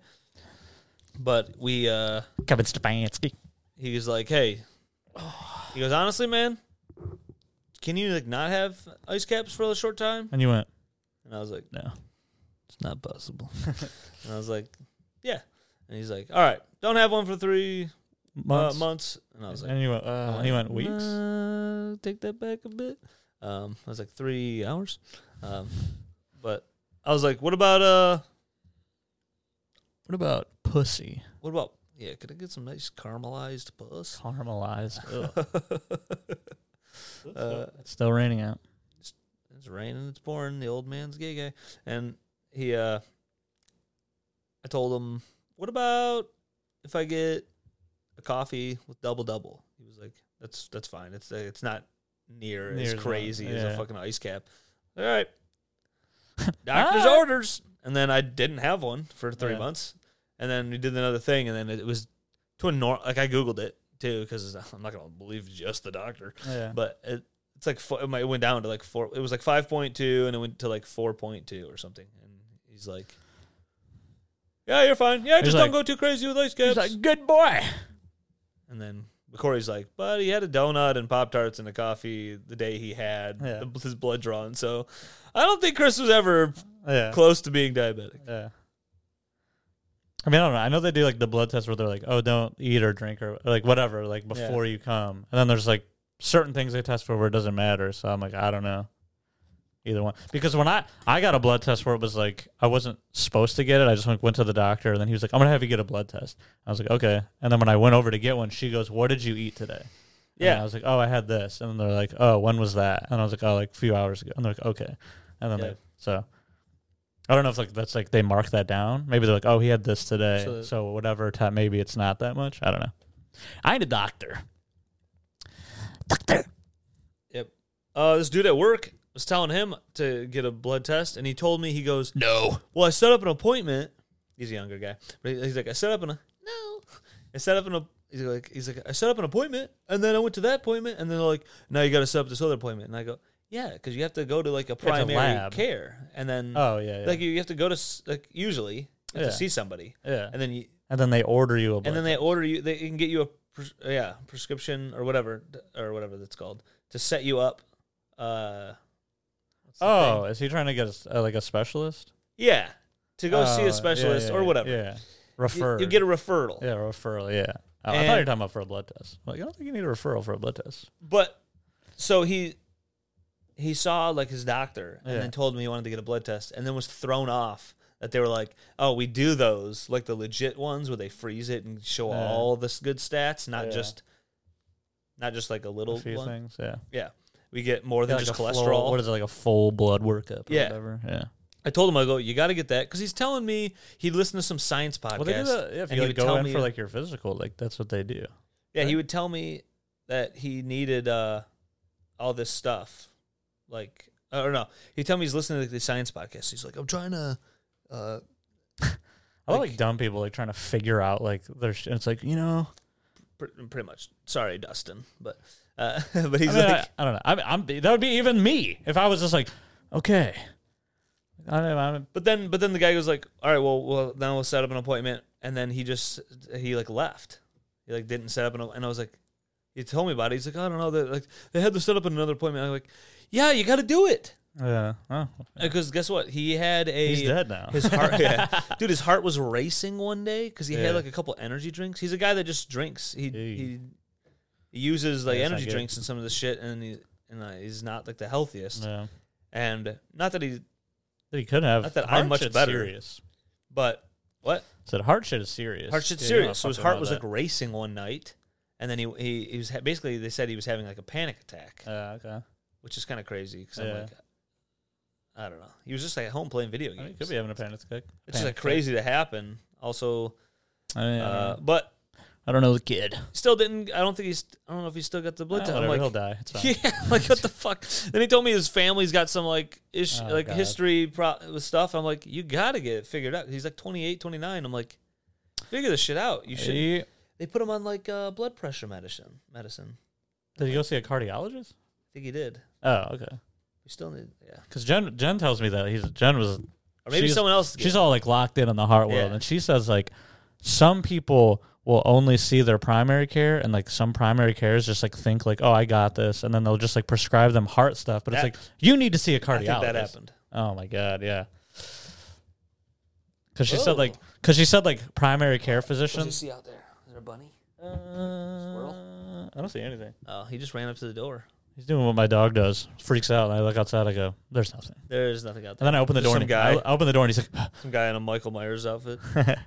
S2: But we, uh,
S1: Kevin Stefanski.
S2: he was like, "Hey," he goes, "Honestly, man, can you like not have ice caps for a short time?"
S1: And you went,
S2: And I was like,
S1: no.
S2: "It's not possible." and I was like, "Yeah," and he's like, "All right, don't have one for three
S1: Months.
S2: Uh, months." And I was like,
S1: and you went, uh, and you went, weeks?
S2: Uh, take that back a bit. Um, I was like three hours, um, but I was like, "What about uh,
S1: What about pussy?
S2: what about yeah? Could I get some nice caramelized puss?"
S1: Caramelized. Ugh.
S2: Uh,
S1: it's still raining out.
S2: it's raining, it's pouring, the old man's gay guy. And he uh I told him, What about if I get a coffee with double double? He was like, That's that's fine. It's uh, it's not near,
S1: Near
S2: as
S1: as much,
S2: crazy as a
S1: yeah.
S2: fucking ice cap. All right. Doctor's
S1: Alright.
S2: orders. And then I didn't have one for three
S1: Ah! Yeah.
S2: months. And then we did another thing and then it, it was to a nor like I Googled it too, because I'm not gonna believe just the doctor
S1: Yeah.
S2: but it, it's like four, it might- it went down to like four. It was like five point two, and it went to like four point two or something. And he's like, "Yeah, you're fine. Yeah,
S1: He's
S2: just don't
S1: like-
S2: go too crazy with ice caps."
S1: good boy.
S2: and then Corey's like, "But he had a donut and pop tarts and a coffee the day he had
S1: Yeah.
S2: the- his blood drawn." So I don't think Chris was ever
S1: Yeah.
S2: close to being diabetic.
S1: yeah. I mean, I don't know. I know they do like the blood test where they're like, oh, don't eat or drink or like whatever, like before you come. And then there's like certain things they test for where it doesn't matter. So I'm like, I don't know. Either one. Because when I I got a blood test where it was like I wasn't supposed to get it, I just went, went to the doctor and then he was like, I'm gonna have you get a blood test. I was like, Okay. And then when I went over to get one, she goes, What did you eat today? And
S2: Yeah.
S1: I was like, Oh, I had this. And then they're like, Oh, when was that? And I was like, Oh, like a few hours ago. And they're like, Okay. And then
S2: Yeah.
S1: they so I don't know if like that's like they mark that down. Maybe they're like, Oh, he had this today.
S2: So-
S1: So, whatever time maybe it's not that much. I don't know. I need a doctor.
S3: Doctor.
S2: Uh, this dude at work was telling him to get a blood test, and he told me he goes, "No." Well, I set up an appointment. He's a younger guy, but he- he's like, "I set up an no." I set up an app- he's like he's like I set up an appointment, and then I went to that appointment, and then they're like, "Now you got to set up this other appointment." And I go, "Yeah, because you have to go to like a primary
S1: lab.
S2: care, and then
S1: Oh yeah. yeah.
S2: Mm-hmm. like you you have to go to s- like usually you have
S1: Yeah.
S2: to see somebody,
S1: yeah.
S2: and then you
S1: And then they order you a blood
S2: and then they order you they can get you a pres- yeah prescription or whatever or whatever that's called to set you up uh what's the
S1: Oh,
S2: thing?
S1: is he trying to get a s uh, like a specialist?
S2: yeah to go
S1: Oh,
S2: see
S1: yeah,
S2: a specialist
S1: yeah,
S2: or whatever
S1: Yeah,
S2: you,
S1: refer.
S2: you get a referral
S1: yeah referral. Yeah. Oh, I
S2: And-
S1: thought you were talking about for a blood test. Like, I don't think you need a referral for a blood test.
S2: but so he he saw like his doctor and
S1: Yeah.
S2: then told me he wanted to get a blood test and then was thrown off that they were like oh we do those like the legit ones where they freeze it and show
S1: Yeah.
S2: all this good stats not
S1: Yeah.
S2: just not just like a
S1: A
S2: little
S1: few
S2: one
S1: things. Yeah.
S2: yeah we get more
S1: Yeah,
S2: than
S1: like
S2: just
S1: a full-
S2: cholesterol
S1: what is it like a full blood workup? Or
S2: Yeah.
S1: Whatever. Yeah.
S2: I told him, I go, you got to get that because he's telling me he listened to some science podcast.
S1: Well, they do that yeah, if
S2: and he
S1: you like,
S2: would
S1: go
S2: tell
S1: in
S2: me-
S1: for like your physical. Like that's what they do.
S2: yeah, he would tell me that he needed uh, all this stuff. Like, I don't know. He tell me he's listening to the science podcast. He's like, I'm trying to. Uh,
S1: I like,
S2: Like-
S1: like dumb people like trying to figure out like their. Sh- and it's like you know.
S2: pr- pretty much. Sorry, Dustin, but uh, but he's
S1: I, mean,
S2: like,
S1: I, I don't know. I mean, I'm that would be even me if I was just like, okay. I don't know. I'm,
S2: but then but then the guy goes like, all right, well, well, now we'll set up an appointment, and then he just he like left. He like didn't set up an and I was like, he told me about it. He's like, I don't know that like they had to set up another appointment. I'm like, yeah, you got to do it.
S1: yeah. Oh,
S2: Because guess what? He had a
S1: he's dead now.
S2: his heart, dude. His heart was racing one day because he
S1: Yeah.
S2: had like a couple energy drinks. He's a guy that just drinks. He
S1: Dude.
S2: he, he uses like
S1: That's not
S2: energy
S1: good.
S2: drinks and some of this shit, and he and uh, he's not like the healthiest.
S1: yeah.
S2: And not that he,
S1: He could have.
S2: Not that
S1: heart
S2: I'm much
S1: shit's
S2: better.
S1: Serious.
S2: but what
S1: Said heart shit is serious.
S2: heart shit's
S1: Yeah, you don't
S2: serious. So his
S1: fucking
S2: heart
S1: know
S2: was
S1: that.
S2: like racing one night, and then he he, he was ha- basically they said he was having like a panic attack,
S1: Yeah, okay.
S2: which is kind of crazy because
S1: Uh. Yeah.
S2: I'm like, I don't know. He was just like at home playing video
S1: I
S2: games.
S1: mean, he could be having a panic attack.
S2: it's
S1: panic
S2: just like
S1: attack.
S2: crazy to happen. Also,
S1: I, mean,
S2: uh, but
S1: I don't know the kid.
S2: still didn't. I don't think he's. I don't know if he still got the blood
S1: Ah,
S2: test. I'm
S1: whatever, he'll
S2: like,
S1: die. It's fine.
S2: yeah, like what the fuck? Then he told me his family's got some like ish,
S1: Oh,
S2: like
S1: God.
S2: history pro- with stuff. I'm like, you gotta get it figured out. He's like 28, 29. I'm like, figure this shit out. You should.
S1: He-
S2: They put him on like uh, blood pressure medicine. Medicine.
S1: did he go see a cardiologist?
S2: I think he did.
S1: Oh, okay.
S2: We still need. Yeah.
S1: Because Jen, Jen tells me that he's Jen was
S2: Or maybe
S1: She's-
S2: someone else.
S1: she's all like locked in on the heart world
S2: Yeah.
S1: and she says like some people will only see their primary care and like some primary cares just like think like oh i got this and then they'll just like prescribe them heart stuff but it's
S2: That-
S1: like you need to see a
S2: I
S1: cardiologist
S2: think that happened.
S1: oh my god yeah because she
S2: Whoa.
S1: said like because she said like primary care
S4: What do you
S1: physicians
S4: see out there? Is there a bunny?
S1: uh, i don't see anything
S2: Oh, he just ran up to the door.
S1: he's doing what my dog does freaks out and i look outside i go there's nothing
S2: There's nothing out
S1: and
S2: there.
S1: then i open the
S2: Just
S1: door
S2: some
S1: and he-
S2: guy.
S1: I, I open the door and he's like
S2: Some guy in a Michael Myers outfit.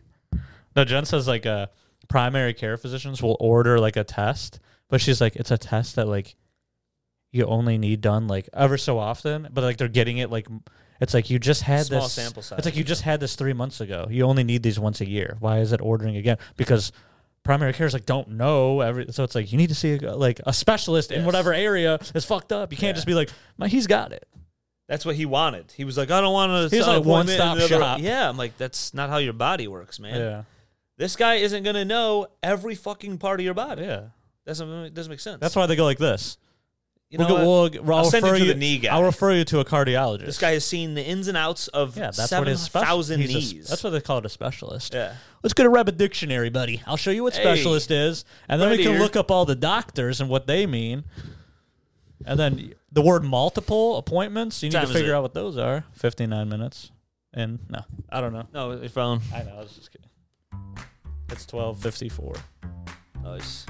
S1: No, Jen says like uh, primary care physicians will order like a test, but she's like it's a test that like you only need done like ever so often, but like they're getting it like m- it's like you just had
S2: Small
S1: this
S2: sample size.
S1: It's like you just had this three months ago. You only need these once a year. Why is it ordering again? Because primary care is like don't know every so it's like you need to see a, like a specialist in
S2: Yes.
S1: whatever area is fucked up. You can't
S2: Yeah.
S1: just be like, "My, he's got it."
S2: That's what he wanted. He was like, I don't want to.
S1: He was like, one-stop shop.
S2: Yeah, I'm like, that's not how your body works, man.
S1: Yeah,
S2: This guy isn't gonna know every fucking part of your body.
S1: yeah.
S2: That's not- it doesn't make sense.
S1: That's why they go like this.
S2: you
S1: we'll
S2: know what?
S1: go, we'll, I'll
S2: I'll send you
S1: refer
S2: to the knee guy.
S1: I'll refer you to a cardiologist.
S2: this guy has seen the ins and outs of
S1: Yeah, that's what
S2: seven
S1: his speci-
S2: thousand
S1: he's a s-
S2: knees.
S1: that's what they call it a specialist.
S2: Yeah.
S1: Let's go to Rabbit Dictionary, buddy. I'll show you what
S2: Hey.
S1: specialist is, and then
S2: Right
S1: we can
S2: here.
S1: look up all the doctors and what they mean. And then the word multiple appointments, you need
S2: Time
S1: to
S2: is
S1: figure
S2: it?
S1: out what those are. 59 minutes. And no, I don't know.
S2: No, your phone.
S1: I know, I was just kidding. It's 1254.
S2: Nice.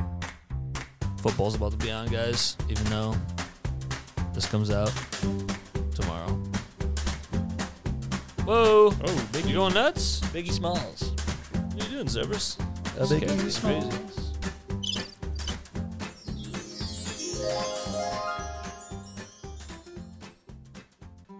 S2: Football's about to be on, guys. Even though this comes out tomorrow.
S1: Whoa.
S2: Oh, you going nuts?
S1: Biggie Smalls.
S2: What are you doing, Zebras?
S5: A
S1: Biggie
S5: big
S1: Smalls.